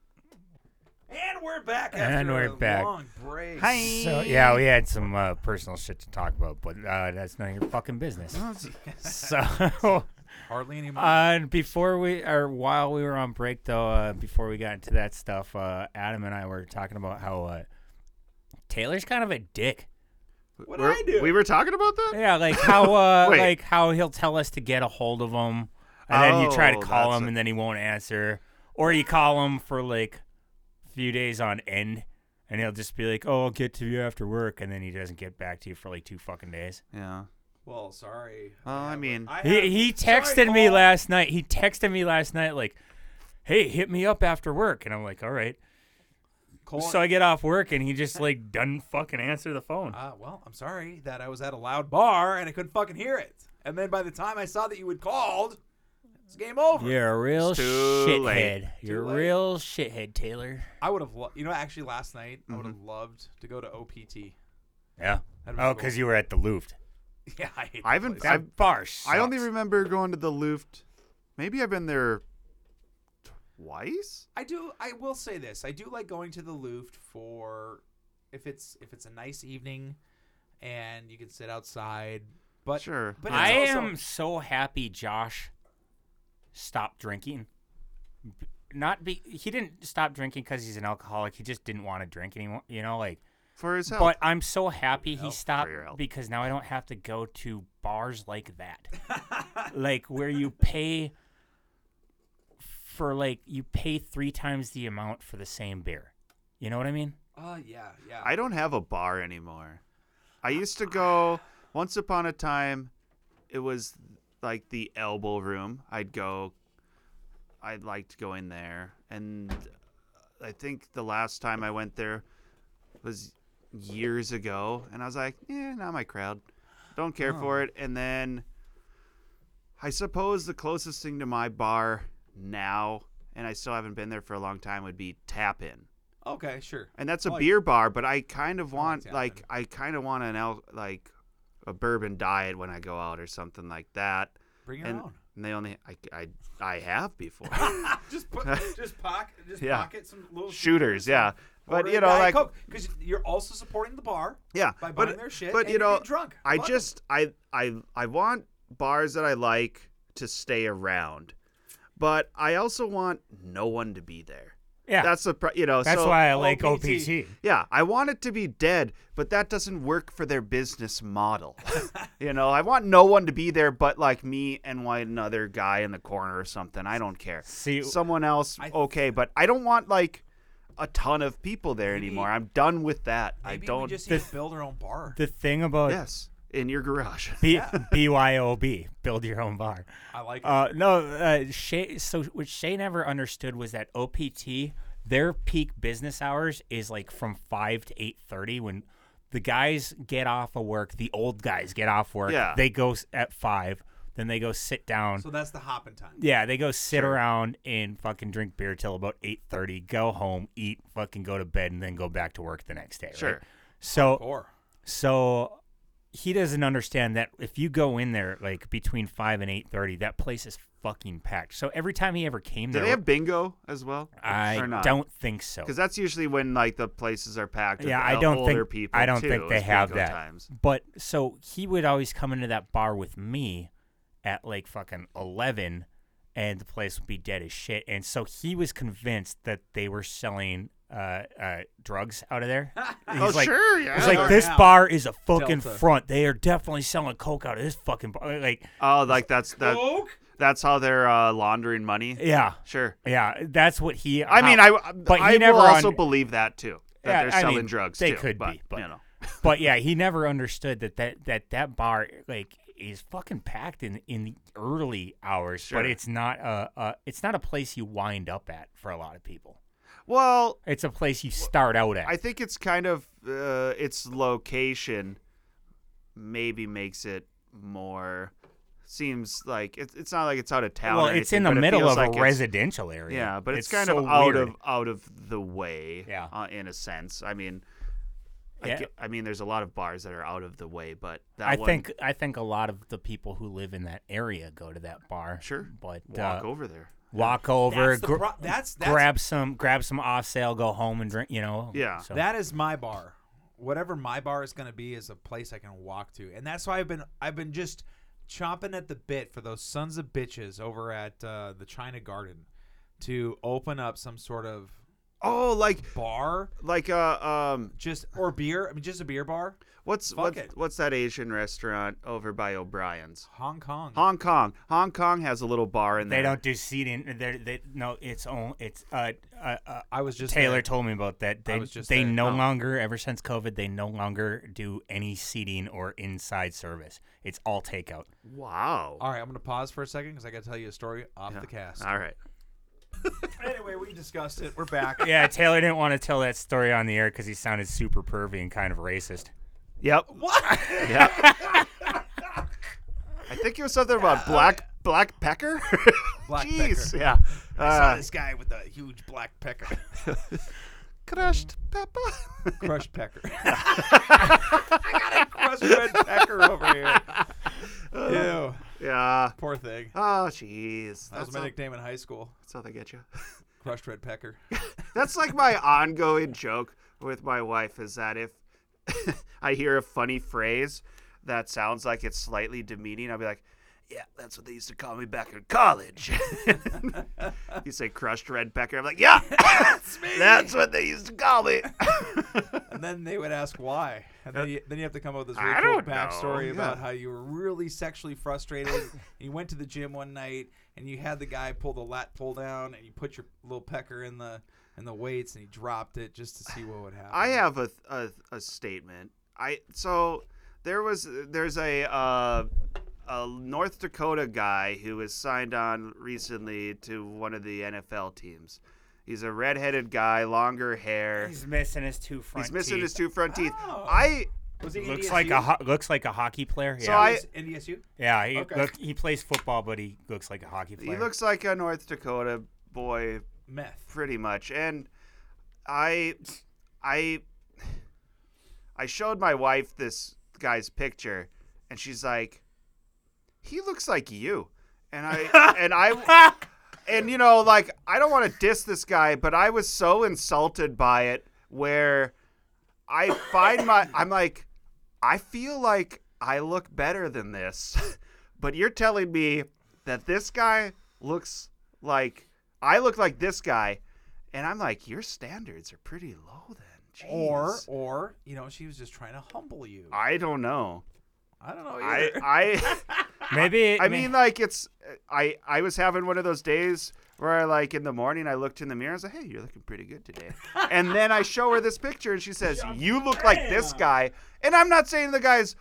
C: And we're back. After
A: And we're
C: a
A: back.
C: Long break.
A: So yeah, we had some uh, personal shit to talk about, but uh, that's none of your fucking business.
C: Oh.
A: so,
C: Hardly any more.
A: uh, before we or while we were on break though, uh, before we got into that stuff, uh, Adam and I were talking about how uh, Taylor's kind of a dick.
C: What'd
B: We're-
C: I do?
B: We were talking about that.
A: Yeah, like how uh,
B: Wait.
A: like how he'll tell us to get a hold of him, and then you try to
B: Oh,
A: call
B: that's
A: him,
B: a-
A: and then he won't answer, or you call him for like a few days on end, and he'll just be like, "Oh, I'll get to you after work," and then he doesn't get back to you for like two fucking days.
B: Yeah.
C: Well, sorry.
B: Oh, I
C: have a-
B: mean-
C: I have-
A: He he
C: Sorry,
A: texted me
C: Cole.
A: last night. He texted me last night like, "Hey, hit me up after work," and I'm like, "All right."
C: Cole,
A: So I get off work, and he just like doesn't fucking answer the phone.
C: uh, well, I'm sorry that I was at a loud bar and I couldn't fucking hear it. And then by the time I saw that you had called, It's game over.
A: You're a real
B: It's too late.
A: shithead. You're a
C: late.
A: real shithead, Taylor.
C: I would have, lo- you know, actually last night I would have
B: Mm-hmm.
C: loved to go to OPT.
A: Yeah. Oh,
C: That'd be cool.
A: because you were at the Louvre.
C: yeah, I hate
B: I
C: that
B: haven't-
C: place.
A: That bar
B: I only
A: sucks.
B: remember going to the Luft. Maybe I've been there twice.
C: I do. I will say this. I do like going to the Luft for if it's if it's a nice evening, and you can sit outside. But
B: Sure.
C: But
A: I
C: it's also-
A: am so happy Josh stopped drinking. B- Not be he didn't stop drinking because he's an alcoholic. He just didn't want to drink anymore. You know, like.
B: For his health.
A: But I'm so happy he
C: health, for
A: stopped
B: your health.
A: because now I don't have to go to bars like that, like where you pay for like you pay three times the amount for the same beer. You know what I mean?
C: Oh yeah, yeah.
B: I don't have a bar anymore. I used to go once upon a time. It was like the elbow room. I'd go. I liked going there, and I think the last time I went there was years ago, and I was like, "Yeah, not my crowd. Don't care for it." And then I suppose the closest thing to my bar now, and I still haven't been there for a long time, would be Tap In
C: okay, sure.
B: and that's a
C: Like-
B: beer bar. But I kind of want
C: tap
B: like I kind of want an el- like a bourbon diet when I go out or something like that.
C: Bring your
B: And,
C: own.
B: and they only I I, I have before
C: just put, just pocket, just
B: Yeah.
C: pocket some little
B: shooters, yeah. But
C: Order
B: you
C: a
B: know,
C: Diet
B: like
C: Coke, 'cause you're also supporting the bar.
B: yeah,
C: by
B: but
C: buying their shit
B: but
C: and
B: you
C: you're
B: know,
C: getting drunk.
B: I
C: Fuck 'em.
B: just I I I want bars that I like to stay around, but I also want no one to be there.
A: Yeah, that's,
B: That's the pro- you know so,
A: why I like
C: OPT.
A: OPT.
B: Yeah, I want it to be dead, but that doesn't work for their business model. you know, I want no one to be there but like me and one other guy in the corner or something. I don't care.
A: See-
B: someone else,
C: I-
B: okay, but I don't want like a ton of people there anymore. I'm done with that. I
C: Maybe
B: don't.
C: We just
A: The-
C: need to build our own bar.
A: The thing about
B: yes, in your garage.
A: B- BYOB, build your own bar.
C: I like. it.
A: Uh, no, uh, Shay. So what Shay never understood was that OPT their peak business hours is like from five to eight thirty when the guys get off of work. The old guys get off work.
B: Yeah.
A: They go s- at five, then they go sit down.
C: So that's the hopping time.
A: yeah, they go sit around and fucking drink beer till about eight thirty. Go home, eat, fucking go to bed, and then go back to work the next day. right?
B: Sure.
A: So
C: Or
A: so he doesn't understand that if you go in there like between five and eight thirty, that place is fucking packed. So every time he ever came
B: Do
A: there,
B: they have bingo as well? or
A: I
B: not?
A: don't think so.
B: Because that's usually when like the places are packed. with
A: Yeah, I
B: el-
A: don't
B: older
A: think
B: people.
A: I don't
B: too,
A: think they
B: is
A: have
B: bingo
A: that.
B: Times.
A: But so he would always come into that bar with me at like fucking eleven, and the place would be dead as shit. And so he was convinced that they were selling uh, uh, drugs out of there. He's
B: oh
A: like,
B: sure, yeah.
A: It's
C: They
A: like
C: are
A: this
C: now.
A: bar is a fucking
C: Delta.
A: front. They are definitely selling coke out of this fucking bar. Like,
B: oh, like that's that.
C: Coke?
B: That's how they're uh, laundering money.
A: yeah.
B: Sure.
A: Yeah, that's what he.
B: I mean, I
A: But
B: I
A: he never
B: will also
A: un-
B: believe that too. That
A: Yeah,
B: they're
A: I
B: selling
A: mean,
B: drugs.
A: they
B: too,
A: could
B: but,
A: be, but-
B: you know,
A: but yeah, he never understood that that that that bar like is fucking packed in in the early hours,
B: Sure.
A: but it's not a, a it's not a place you wind up at for a lot of people.
B: well,
A: It's a place you start out at.
B: I think it's kind of uh, its location maybe makes it more seems like it's it's not like it's out of town.
A: well,
B: or
A: it's
B: anything,
A: in the
B: but it
A: middle
B: feels
A: of
B: like
A: a
B: it's-
A: residential area.
B: Yeah, but it's, kind
A: so
B: of out
A: weird.
B: of out of the way.
A: Yeah.
B: uh, in a sense. I mean, I,
A: Yeah.
B: ge- I mean, there's a lot of bars that are out of the way, but that
A: I
B: one,
A: think I think a lot of the people who live in that area go to that bar.
B: Sure.
A: but
B: walk
A: uh,
B: over there.
A: walk over,
C: That's the
A: gr-
C: pro- that's- that's-
A: grab some grab some off sale, go home and drink. You know.
B: Yeah.
A: So.
C: That is my bar. Whatever my bar is going to be is a place I can walk to, and that's why I've been I've been just chomping at the bit for those sons of bitches over at uh, the China Garden to open up some sort of
B: Oh, like
C: bar,
B: like uh um
C: just or beer. I mean, just a beer bar.
B: What's
C: Fuck
B: what,
C: it.
B: what's that Asian restaurant over by O'Brien's?
C: Hong Kong.
B: Hong Kong. Hong Kong has a little bar in
A: They
B: there.
A: don't do seating. They're, they no, it's only it's uh, uh, uh
C: I was just
A: Taylor
C: there.
A: told me about that. They
C: was just
A: they
C: there.
A: no
B: Oh.
A: longer ever since COVID they no longer do any seating or inside service. It's all takeout.
B: Wow.
C: All right, I'm going to pause for a second because I got to tell you a story off the cast.
B: All right.
C: Anyway, we discussed it. We're back.
A: Yeah, Taylor didn't want to tell that story on the air because he sounded super pervy and kind of racist.
B: Yep.
C: what?
B: Yep. I think it was something about black Black Pecker?
C: Black
B: Jeez,
C: Pecker.
B: yeah.
C: I saw
B: Uh,
C: this guy with a huge black pecker,
B: crushed pepper.
C: crushed pecker. I got a crushed red pecker over here. Ew,
B: yeah.
C: poor thing.
B: Oh, jeez.
C: That was
B: That's,
C: my
B: how-
C: nickname in high school.
B: that's how they get you.
C: Crushed red pecker.
B: That's like my ongoing joke with my wife is that if I hear a funny phrase that sounds like it's slightly demeaning, I'll be like, yeah, that's what they used to call me back in college. you say crushed red pecker. I'm like, yeah, that's, what they used to call me.
C: And then they would ask why. And then you, then you have to come up with this really
B: I
C: cool
B: don't know.
C: backstory
B: Yeah.
C: about how you were really sexually frustrated. and you went to the gym one night and you had the guy pull the lat pull down and you put your little pecker in the in the weights and he dropped it just to see what would happen.
B: I have a, a, a statement. I so there was there's a uh, a North Dakota guy who was signed on recently to one of the NFL teams. He's a redheaded guy, longer hair. He's,
A: He's missing his two front.
B: missing
A: teeth.
B: his two front teeth.
C: Oh.
B: I
C: Was it E
A: Looks like a ho- looks like a hockey player. Yeah,
B: So I-
C: NDSU?
A: yeah. He,
C: Okay.
A: look, he plays football, but he looks like a hockey player.
B: he looks like a North Dakota boy
C: Meth.
B: pretty much. And I, I, I showed my wife this guy's picture, and she's like, "He looks like you," and I, and I, and you know, like I don't want to diss this guy, but I was so insulted by it where I find my, I'm like, I feel like I look better than this, but you're telling me that this guy looks like I look like this guy, and I'm like, your standards are pretty low then. Jeez.
C: Or or you know she was just trying to humble you. I,
B: I don't know.
C: don't know.
B: I
C: Either.
B: I
A: Maybe. It,
B: I mean, like it's I I was having one of those days where I like in the morning I looked in the mirror I was like, hey, you're looking pretty good today, and then I show her this picture and she says, you look like this guy, and I'm not saying the guy's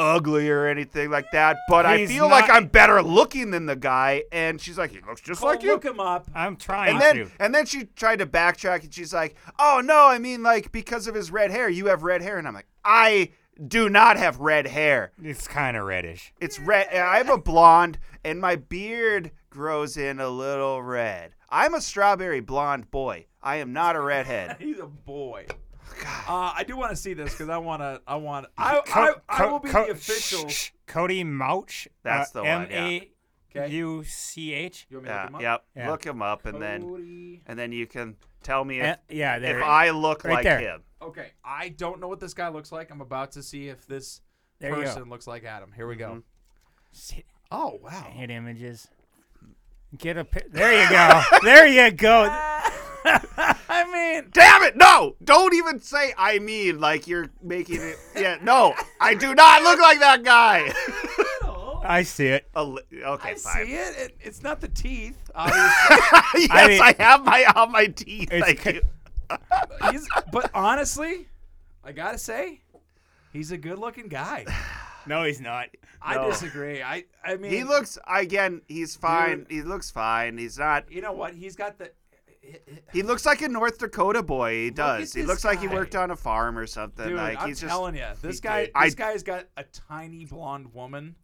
B: ugly or anything like that, but I
A: He's
B: feel
A: not-
B: like I'm better looking than the guy, and she's like, he looks just
C: Cole,
B: like you.
C: look him up.
A: I'm trying
B: and then
A: to.
B: and then she tried to backtrack and she's like, "Oh no, I mean like because of his red hair, you have red hair." And I'm like, "I do not have red hair.
A: It's kind of reddish.
B: It's red. I'm a blonde and my beard grows in a little red. I'm a strawberry blonde boy. I am not a redhead."
C: He's a boy. Uh, I do want to see this because I want to. I want. I, I,
A: Co-
C: I
A: co-
C: will be
A: co-
C: the official.
A: shh, shh. Cody Mouch.
B: That's
A: uh,
B: the one, yeah.
A: M A
C: Okay.
A: U C H.
C: You want me to
B: Yeah,
C: look him up?
B: yep.
A: Yeah.
B: Look him up and then
C: Cody-
B: and then you can tell me
A: Uh,
B: if,
A: Yeah, there.
B: if I look
A: Right
B: like
A: there.
B: him.
C: Okay, I don't know what this guy looks like. I'm about to see if this
A: There you go.
C: person looks like Adam. Here we go.
B: Mm-hmm.
A: Sit-
C: Oh wow.
A: Hit images. Get a. Pi- there you go. there you go.
C: I mean,
B: Damn it! No! Don't even say I mean like you're making it. Yeah, no, I do not look like that guy.
C: I
A: I see it.
B: A li- okay,
C: see
B: fine.
C: it. it. It's not the teeth. Obviously.
A: I
B: yes, I,
A: mean-
B: have my on my teeth.
A: It's
B: Thank
A: ca-
B: you.
C: He's, but honestly, I gotta say, he's a good-looking guy.
A: No, he's not.
C: I
B: No.
C: disagree. I I mean,
B: He looks again. He's fine. He looks fine. He's not.
C: You know what? He's got the.
B: He looks like a North Dakota boy. He does.
C: at
B: he
C: this
B: looks like he
C: guy.
B: worked on a farm or something.
C: Dude,
B: like
C: I'm
B: he's just.
C: telling you, this
B: he
C: guy,
B: did- I-
C: this guy's got a tiny blonde woman.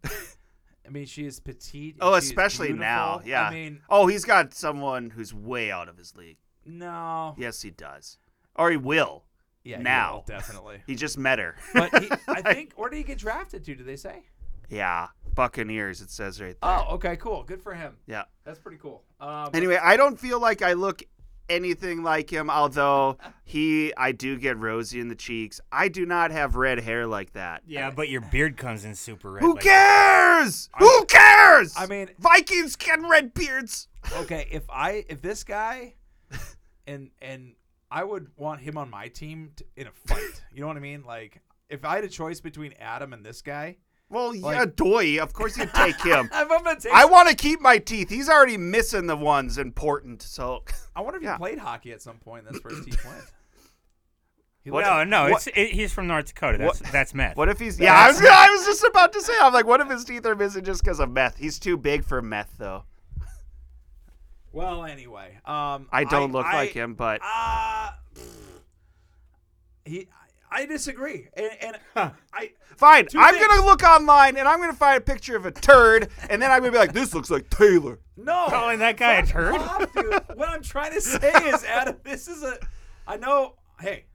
C: I mean, she is petite. and
B: oh,
C: she is
B: especially now.
C: beautiful.
B: Yeah.
C: I mean,
B: oh, he's got someone who's way out of his league.
C: no.
B: Yes, he does. Or he will.
C: Yeah, he
B: now.
C: will, definitely.
B: He just met her.
C: But he, I think, where did he get drafted to? Did they say?
B: yeah, Buccaneers. It says right there.
C: Oh, okay, cool. Good for him.
B: Uh, Yeah.
C: That's pretty cool. Um,
B: Anyway, I don't feel like I look anything like him, although he, I do get rosy in the cheeks. I do not have red hair like that.
A: Yeah, but your beard comes in super red.
B: Who
A: like-
B: cares? Who cares?
C: I mean-
B: Vikings can red beards.
C: okay, if I if this guy, and and I would want him on my team to, in a fight. You know what I mean? Like, if I had a choice between Adam and this guy,
B: Well, yeah,
C: Like-
B: Doy, of course you take him.
C: I'm gonna take.
B: I want to keep my teeth. He's already missing the ones important. So,
C: I wonder if
B: Yeah.
C: he played hockey at some point. That's where his teeth went. He
B: What-
C: looked-
A: No, no,
B: What-
A: it's, it, he's from North Dakota. That's that's meth.
B: what if he's? Yeah, I was, I was just about to say. I'm like, what if his teeth are missing just because of meth? He's too big for meth, though.
C: well, anyway, um,
B: I don't look
C: I-
B: like him, but
C: Uh, pfft. he, I- I disagree, and, and I
B: Fine.
C: Two
B: I'm
C: things.
B: gonna look online and I'm gonna find a picture of a turd, and then I'm gonna be like, "This looks like Taylor."
C: no
A: Calling that guy a turd?
C: off, dude. What I'm trying to say is, Adam, this is a. I know. Hey,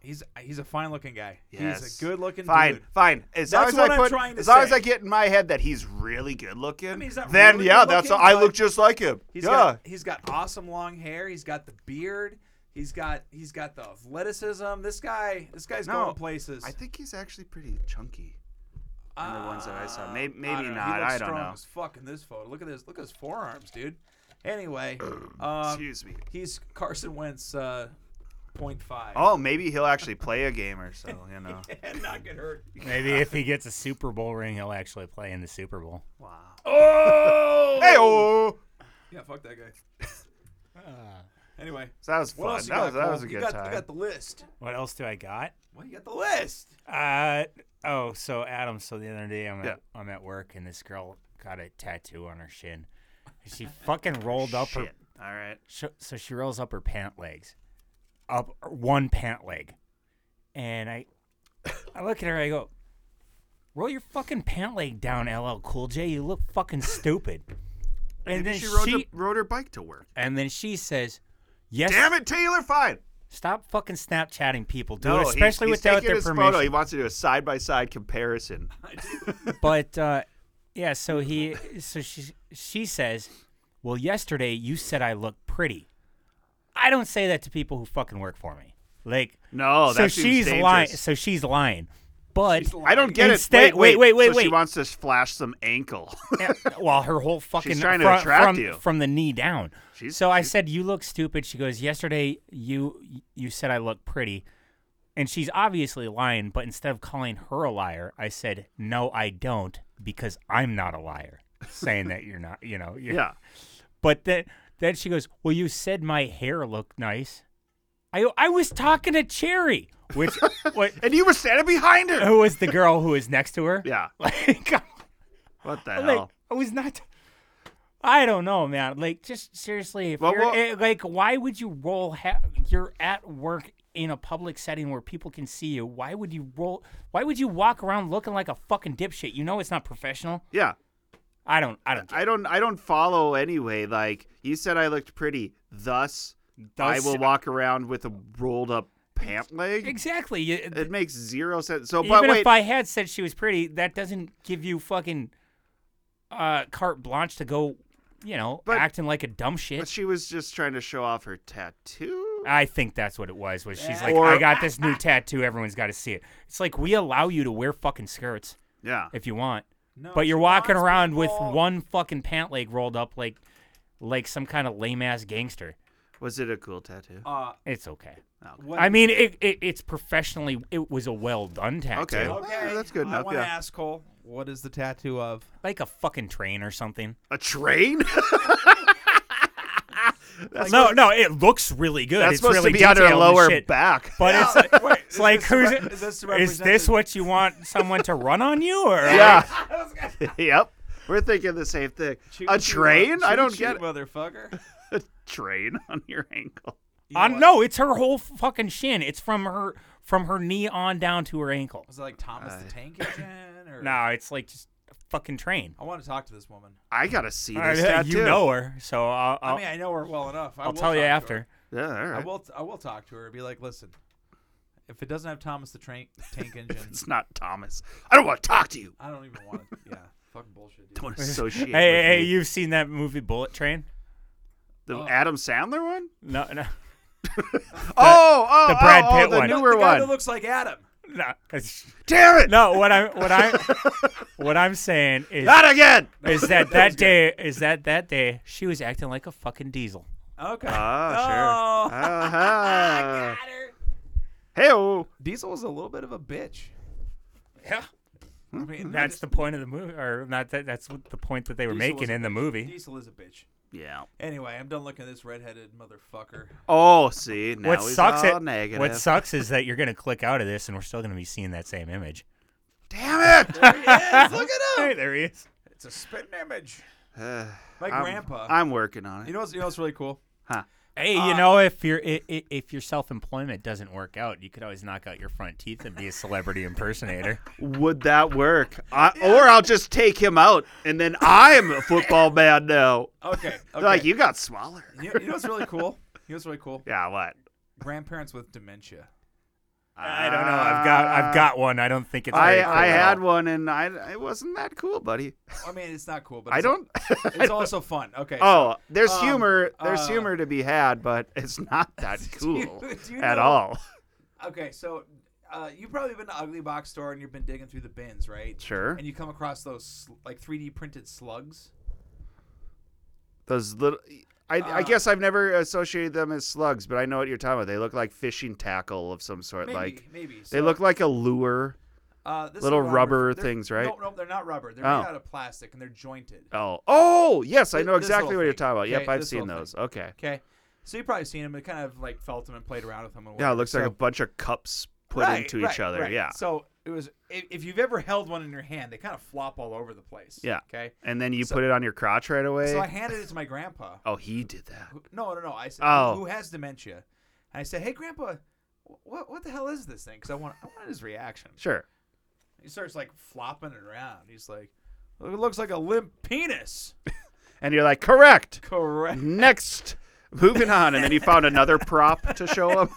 C: he's he's a fine looking guy. He's
B: Yes.
C: a good looking
B: Fine,
C: dude.
B: fine. As long
C: That's
B: as
C: what
B: I
C: I'm
B: put,
C: trying to
B: as long as
C: say.
B: I get in my head that he's really good looking,
C: mean, he's not
B: then
C: really
B: yeah,
C: good
B: that's
C: looking,
B: I
C: but
B: look just like him.
C: He's
B: yeah,
C: got he's got awesome long hair. He's got the beard. He's got he's got the athleticism. This guy this guy's
B: No,
C: going places.
B: I think he's actually pretty chunky.
C: uh,
B: the ones that I saw. May- maybe
C: Ah, I don't know.
B: not,
C: He looks
B: I don't
C: strong
B: know.
C: As fuck in this photo. Look at this. Look at his forearms, dude. Anyway, um,
B: Excuse me.
C: he's Carson Wentz uh, 0.5.
B: Oh, maybe he'll actually play a game or so. You know.
C: and not get hurt.
A: Maybe if he gets a Super Bowl ring, he'll actually play in the Super Bowl.
B: wow.
C: Oh!
B: Hey oh.
C: Yeah, fuck that guy.
A: Ah.
C: Anyway,
B: So that was fun.
C: what else you
B: That
C: got,
B: was that
C: Cole?
B: was a
C: You
B: good
C: got-
B: time.
C: You got the list.
A: What else do I got?
C: Well, you got the list.
A: Uh oh, so Adam, so the other day I'm at,
B: Yeah.
A: I'm at work and this girl got a tattoo on her shin. And She fucking rolled up her
B: Oh, Shit. All right.
A: sh- so she rolls up her pant legs. Up one pant leg. And I I look at her I go, "Roll your fucking pant leg down, LL Cool J. You look fucking stupid." And
B: Maybe
A: then
B: she rode, the- rode her bike to work.
A: and then she says, "Yes,
B: Damn it, Taylor! Fine.
A: Stop fucking Snapchatting people, dude.
B: No, he's-
A: especially
B: he's
A: without
B: taking
A: their
B: his
A: permission.
B: Photo. He wants to do a side by side comparison.
A: But uh, yeah, so he, so she, she says, "Well, yesterday you said I look pretty." I don't say that to people who fucking work for me. Like,
B: No,
A: so
B: Oh, that seems
A: she's
B: dangerous.
A: lying. So she's lying. But
C: She's lying.
B: I don't get
A: Instead-
B: it. Wait,
A: wait,
B: wait,
A: wait,
B: so
A: wait,
B: She
A: wait.
B: wants to flash some ankle.
A: well, her whole fucking
B: trying to
A: fro-
B: attract
A: from,
B: you.
A: from the knee down.
B: She's-
A: so I said, "You look stupid." She goes, "Yesterday you you said I look pretty," and she's obviously lying. But instead of calling her a liar, I said, "No, I don't," because I'm not a liar. Saying that you're not, you know, you're-
B: yeah.
A: But then then she goes, "Well, you said my hair looked nice." I go, I was talking to Cherry, which what,
B: And you were standing behind her.
A: who was the girl who was next to her.
B: Yeah.
A: Like,
B: What the
A: like
B: hell?
A: I was not. I don't know, man. Like, just seriously, if
B: Well,
A: you're,
B: well-
A: eh, like, why would you roll? Ha- you're at work in a public setting where people can see you. Why would you roll? Why would you walk around looking like a fucking dipshit? You know it's not professional.
B: Yeah.
A: I don't. I don't.
B: I don't I don't follow anyway. Like you said I looked pretty. Thus, I
A: Thus-
B: will walk around with a rolled up pant leg.
A: exactly. You,
B: It makes zero sense. So but
A: even
B: wait.
A: if I had said she was pretty, that doesn't give you fucking uh, carte blanche to go, you know,
B: But-
A: acting like a dumb shit.
B: but she was just trying to show off her tattoo.
A: I think that's what it was. Was she's like,
B: Or-
A: I got this new tattoo. Everyone's got to see it. It's like we allow you to wear fucking skirts
B: Yeah.
A: if you want,
C: No,
A: but
C: she
A: you're walking
C: wants
A: around with
C: people-
A: one fucking pant leg rolled up like, like some kind of lame ass gangster.
B: Was it a cool tattoo?
C: Uh,
A: It's okay.
C: what-
A: I mean, it, it it's professionally. It was a well done tattoo,
B: Okay.
C: okay,
B: that's good
C: I
B: enough,
C: want to
B: Oh, yeah.
C: ask Cole, what is the tattoo of?
A: like a fucking train or something.
B: A train?
A: no, no, it looks really good.
B: That's
A: it's
B: supposed
A: really
B: to be on her
A: detailed and
B: lower
A: shit.
B: back.
A: But it's like,
C: Wait,
A: it's like
C: this
A: who's
C: re- is this
A: is
C: to represent
A: this
C: the-
A: what you want someone to run on you or
B: yeah. yep. We're thinking the same thing. a
C: Choo-choo,
B: train? I don't
C: choo-choo,
B: get it.
C: uh, motherfucker.
B: a train on your ankle.
C: You know
A: Uh,
C: what?
A: no, it's her whole fucking shin. It's from her from her knee on down to her ankle.
C: Was it like Thomas the Tank Engine? Or
A: No, it's like just a fucking train.
C: I want to talk to this woman.
B: I gotta see this
A: Uh,
B: tattoo.
A: you know her, so I'll I'll,
C: I mean, I know her well enough. I
A: I'll
C: will
A: tell you
C: talk to her.
A: after.
B: Yeah, all
C: I
B: right.
C: will. I will talk to her. and Be like, listen, if it doesn't have Thomas the Tank Tank Engine,
B: It's not Thomas. I don't want to talk to you.
C: I don't even want. to. Yeah, fucking bullshit. Dude.
B: Don't wanna associate.
A: Hey,
B: with
A: hey,
B: me.
A: you've seen that movie Bullet Train?
B: the Adam Sandler one?
A: No, no,
B: oh, oh,
A: the Brad
B: oh, oh,
A: Pitt
B: the
A: one.
B: newer
C: the guy
B: one.
C: that looks like Adam.
A: no, it's-
B: Damn it!
A: no. What I what I what I'm saying is
C: Ah!
B: Not again.
A: is that that day is that that day she was acting like a fucking diesel.
C: Okay.
B: Ah,
C: Oh.
B: sure. Uh-huh. Hey,
C: Diesel was a little bit of a bitch.
A: Yeah,
B: Hmm?
C: I mean,
A: that's the point of the movie, or not that that's what the point that they were
C: Diesel was
A: making
C: a
A: in the
C: bitch.
A: movie.
C: Diesel is a bitch.
B: yeah.
C: Anyway, I'm done looking at this redheaded motherfucker.
B: Oh, see, now
A: what
B: he's
A: sucks
B: all
A: it,
B: negative.
A: what sucks is that you're going to click out of this and we're still going to be seeing that same image
B: Damn it!
C: Look at him.
A: hey there he is
C: It's a spitting image.
B: Uh,
C: My
B: I'm-
C: grandpa.
B: I'm working on it.
C: You know what's you know what's really cool?
B: Huh.
A: Hey, you know, if your i- i- if your self employment doesn't work out, you could always knock out your front teeth and be a celebrity impersonator.
B: Would that work? I, Or I'll just take him out, and then I'm a football man now.
C: Okay. okay.
B: Like you got smaller.
C: You, you know what's really cool? You know what's really cool?
B: Yeah, what?
C: Grandparents with dementia.
A: I don't know. I've got I've got one. I don't think it's.
B: Ah. Uh, I
A: very cool
B: I
A: at
B: had
A: all.
B: one, and I it wasn't that cool, buddy.
C: I mean, it's not cool, but
B: I
C: it's-
B: don't.
C: It's also fun. Okay.
B: oh, there's
C: um,
B: humor. There's
C: uh,
B: humor to be had, but it's not that
C: Do you-
B: cool
C: do you
B: at
C: know-
B: all.
C: Okay, so uh, you've probably been to Ugly Box Store and you've been digging through the bins, right?
B: Sure.
C: And you come across those sl- like 3D printed slugs.
B: Those little. I, I
C: Uh,
B: guess I've never associated them as slugs, but I know what you're talking about. They look like fishing tackle of some sort.
C: Maybe,
B: like
C: maybe.
B: they
C: So,
B: look like a lure.
C: uh, this is
B: little
C: what I
B: rubber
C: refer- they're-
B: things, right?
C: No, no, they're not rubber. They're
B: Oh.
C: made out of plastic and they're jointed.
B: Oh, oh, yes, I
C: Th-
B: know
C: this
B: exactly
C: little
B: what you're
C: thing.
B: talking about. Yep,
C: Okay,
B: I've
C: this
B: seen
C: little
B: those.
C: thing.
B: Okay.
C: Okay, so you've probably seen them. and kind of like felt them and played around with them.
B: Yeah, it looks like a bunch of cups put
C: Right,
B: into each
C: right,
B: other.
C: right.
B: Yeah.
C: So it was if, if you've ever held one in your hand, they kind of flop all over the place.
B: Yeah.
C: Okay.
B: And then you put it on your crotch right away.
C: So I handed it to my grandpa.
B: oh, he did that.
C: who- No, no, no. I said,
B: Oh.
C: who, who has dementia? And I said, hey, Grandpa, what what the hell is this thing? Because I want I wanted his reaction.
B: Sure.
C: He starts like flopping it around. He's like, "Look, it looks like a limp penis.
B: And you're like, correct.
C: Correct.
B: Next. Moving on. And then you found another prop to show him.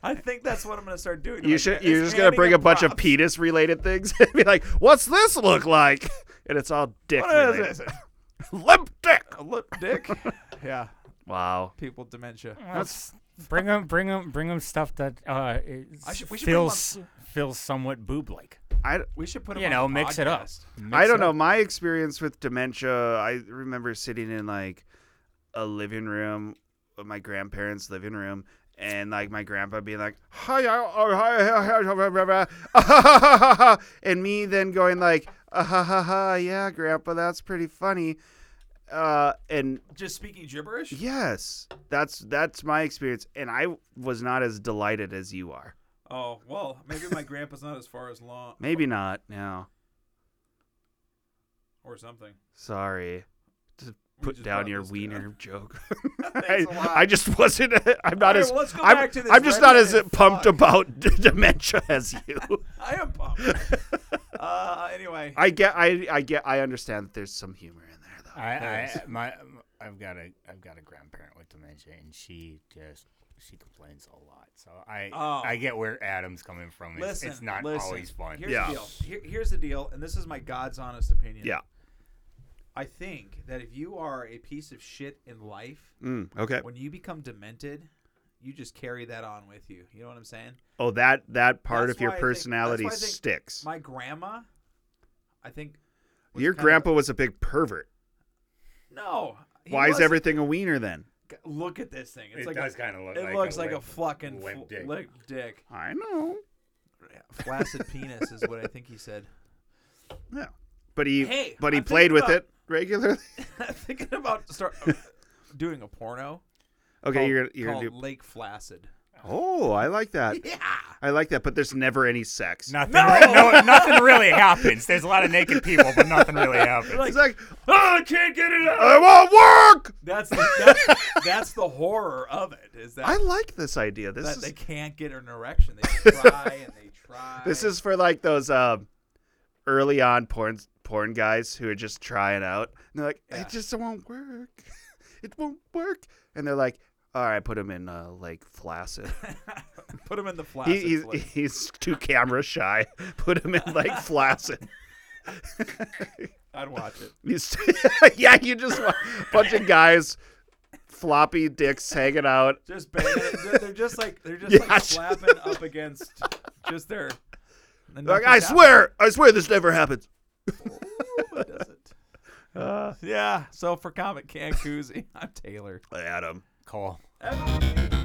C: I think that's what I'm gonna start doing.
B: You
C: Like,
B: should.
C: it's
B: You're just gonna
C: handing
B: bring a
C: up
B: bunch of
C: props.
B: penis related things and be like, what's this look like? And it's all dick
C: What
B: related.
C: is this?
B: Limp dick.
C: A limp dick? yeah.
B: Wow.
C: People with dementia.
A: Let's bring them, bring them, bring them stuff that uh, is-
C: I should- we should bring 'em
A: feels feels somewhat boob like.
B: I,
C: We should put him.
A: You
C: on
A: know,
C: the
A: mix it up.
C: podcast.
B: I
A: Mix
B: don't
A: it
B: know.
A: up.
B: My experience with dementia, I remember sitting in like a living room, uh, my grandparents' living room, and like my grandpa being like, "Hi, I- oh, hi, hi, hi, hi, hi, hi, hi," and me then going like, "Ah, ha, ha, ha, "Yeah, grandpa, that's pretty funny." Uh, and
C: Just speaking gibberish.
B: yes, that's that's my experience, and I was not as delighted as you are.
C: Oh well, maybe my grandpa's not as far as long
B: Maybe not now.
C: or something.
B: Sorry. Just
C: We
B: put
C: just
B: down
C: brought
B: your
C: this
B: wiener joke.
C: Thanks a
B: I-
C: lot.
B: I just wasn't. I'm not
C: All right,
B: as.
C: well, let's go
B: I'm,
C: back to this
B: I'm just not as
C: regimented
B: pumped
C: fuck.
B: about d- dementia as you.
C: I am pumped. uh, anyway,
B: I get. I, I get. I understand that there's some humor in there, though.
A: I, I
C: Thanks.
A: my I've got a I've got a grandparent with dementia, and she just she complains a lot. So I
C: Oh.
A: I get where Adam's coming from. It's,
C: listen.
A: it's not
C: listen.
A: always fun.
C: Here's
B: Yeah.
C: the deal. Here, here's the deal, and this is my God's honest opinion.
B: yeah.
C: I think that if you are a piece of shit in life,
B: Mm, okay.
C: when you become demented, you just carry that on with you. You know what I'm saying?
B: Oh, that that part
C: That's
B: of your
C: why I think- that's
B: personality
C: why I think
B: sticks.
C: My grandma, I think. was
B: Your
C: kinda-
B: grandpa was a big pervert.
C: No. he
B: Why is
C: wasn't.
B: everything a wiener then?
C: Look at this thing. It's
A: It
C: like
A: does
C: a,
A: kind of look.
C: It
A: like
C: looks
A: a
C: like
A: limp-
C: a fucking
A: limp
C: fl-
A: dick.
C: limp dick.
B: I know.
C: Flaccid penis is what I think he said.
B: Yeah. But he.
C: Hey,
B: but he
C: I'm thinking
B: played with
C: about-
B: it regularly.
C: I'm thinking about start doing a porno.
B: Okay,
C: called-
B: you're gonna- you're gonna
C: called
B: do.
C: Lake Flaccid.
B: Oh, I like that.
C: Yeah.
B: I like that. But there's never any sex.
A: Nothing. re- no, nothing really happens. There's a lot of naked people, but nothing really happens.
C: Like,
B: It's like
C: oh, I can't get it out.
B: I want work.
C: That's the, that's, that's the horror of it. Is that,
B: I like this idea. This
C: that
B: is
C: they can't get an erection? They try and they try.
B: this is for like those um, early on porn porn guys who are just trying out. And they're like,
C: Yeah.
B: it just won't work. it won't work. And they're like, all right, put him in uh, like flaccid.
C: put him in the flaccid.
B: he, he's
C: place.
B: he's too camera shy. Put him in like flaccid.
C: I'd watch it.
B: He's yeah, you just want a bunch of guys, floppy dicks hanging out.
C: Just banging it. They're, they're just like they're just
B: Yeah.
C: like slapping up against just their. and
B: Like,
C: nothing's
B: I
C: happening.
B: swear, I swear, this never happens.
C: Ooh, it doesn't.
B: Uh,
C: Yeah. So for Comic Can Koozie, I'm Taylor.
B: Adam.
A: Cole.
C: Evan.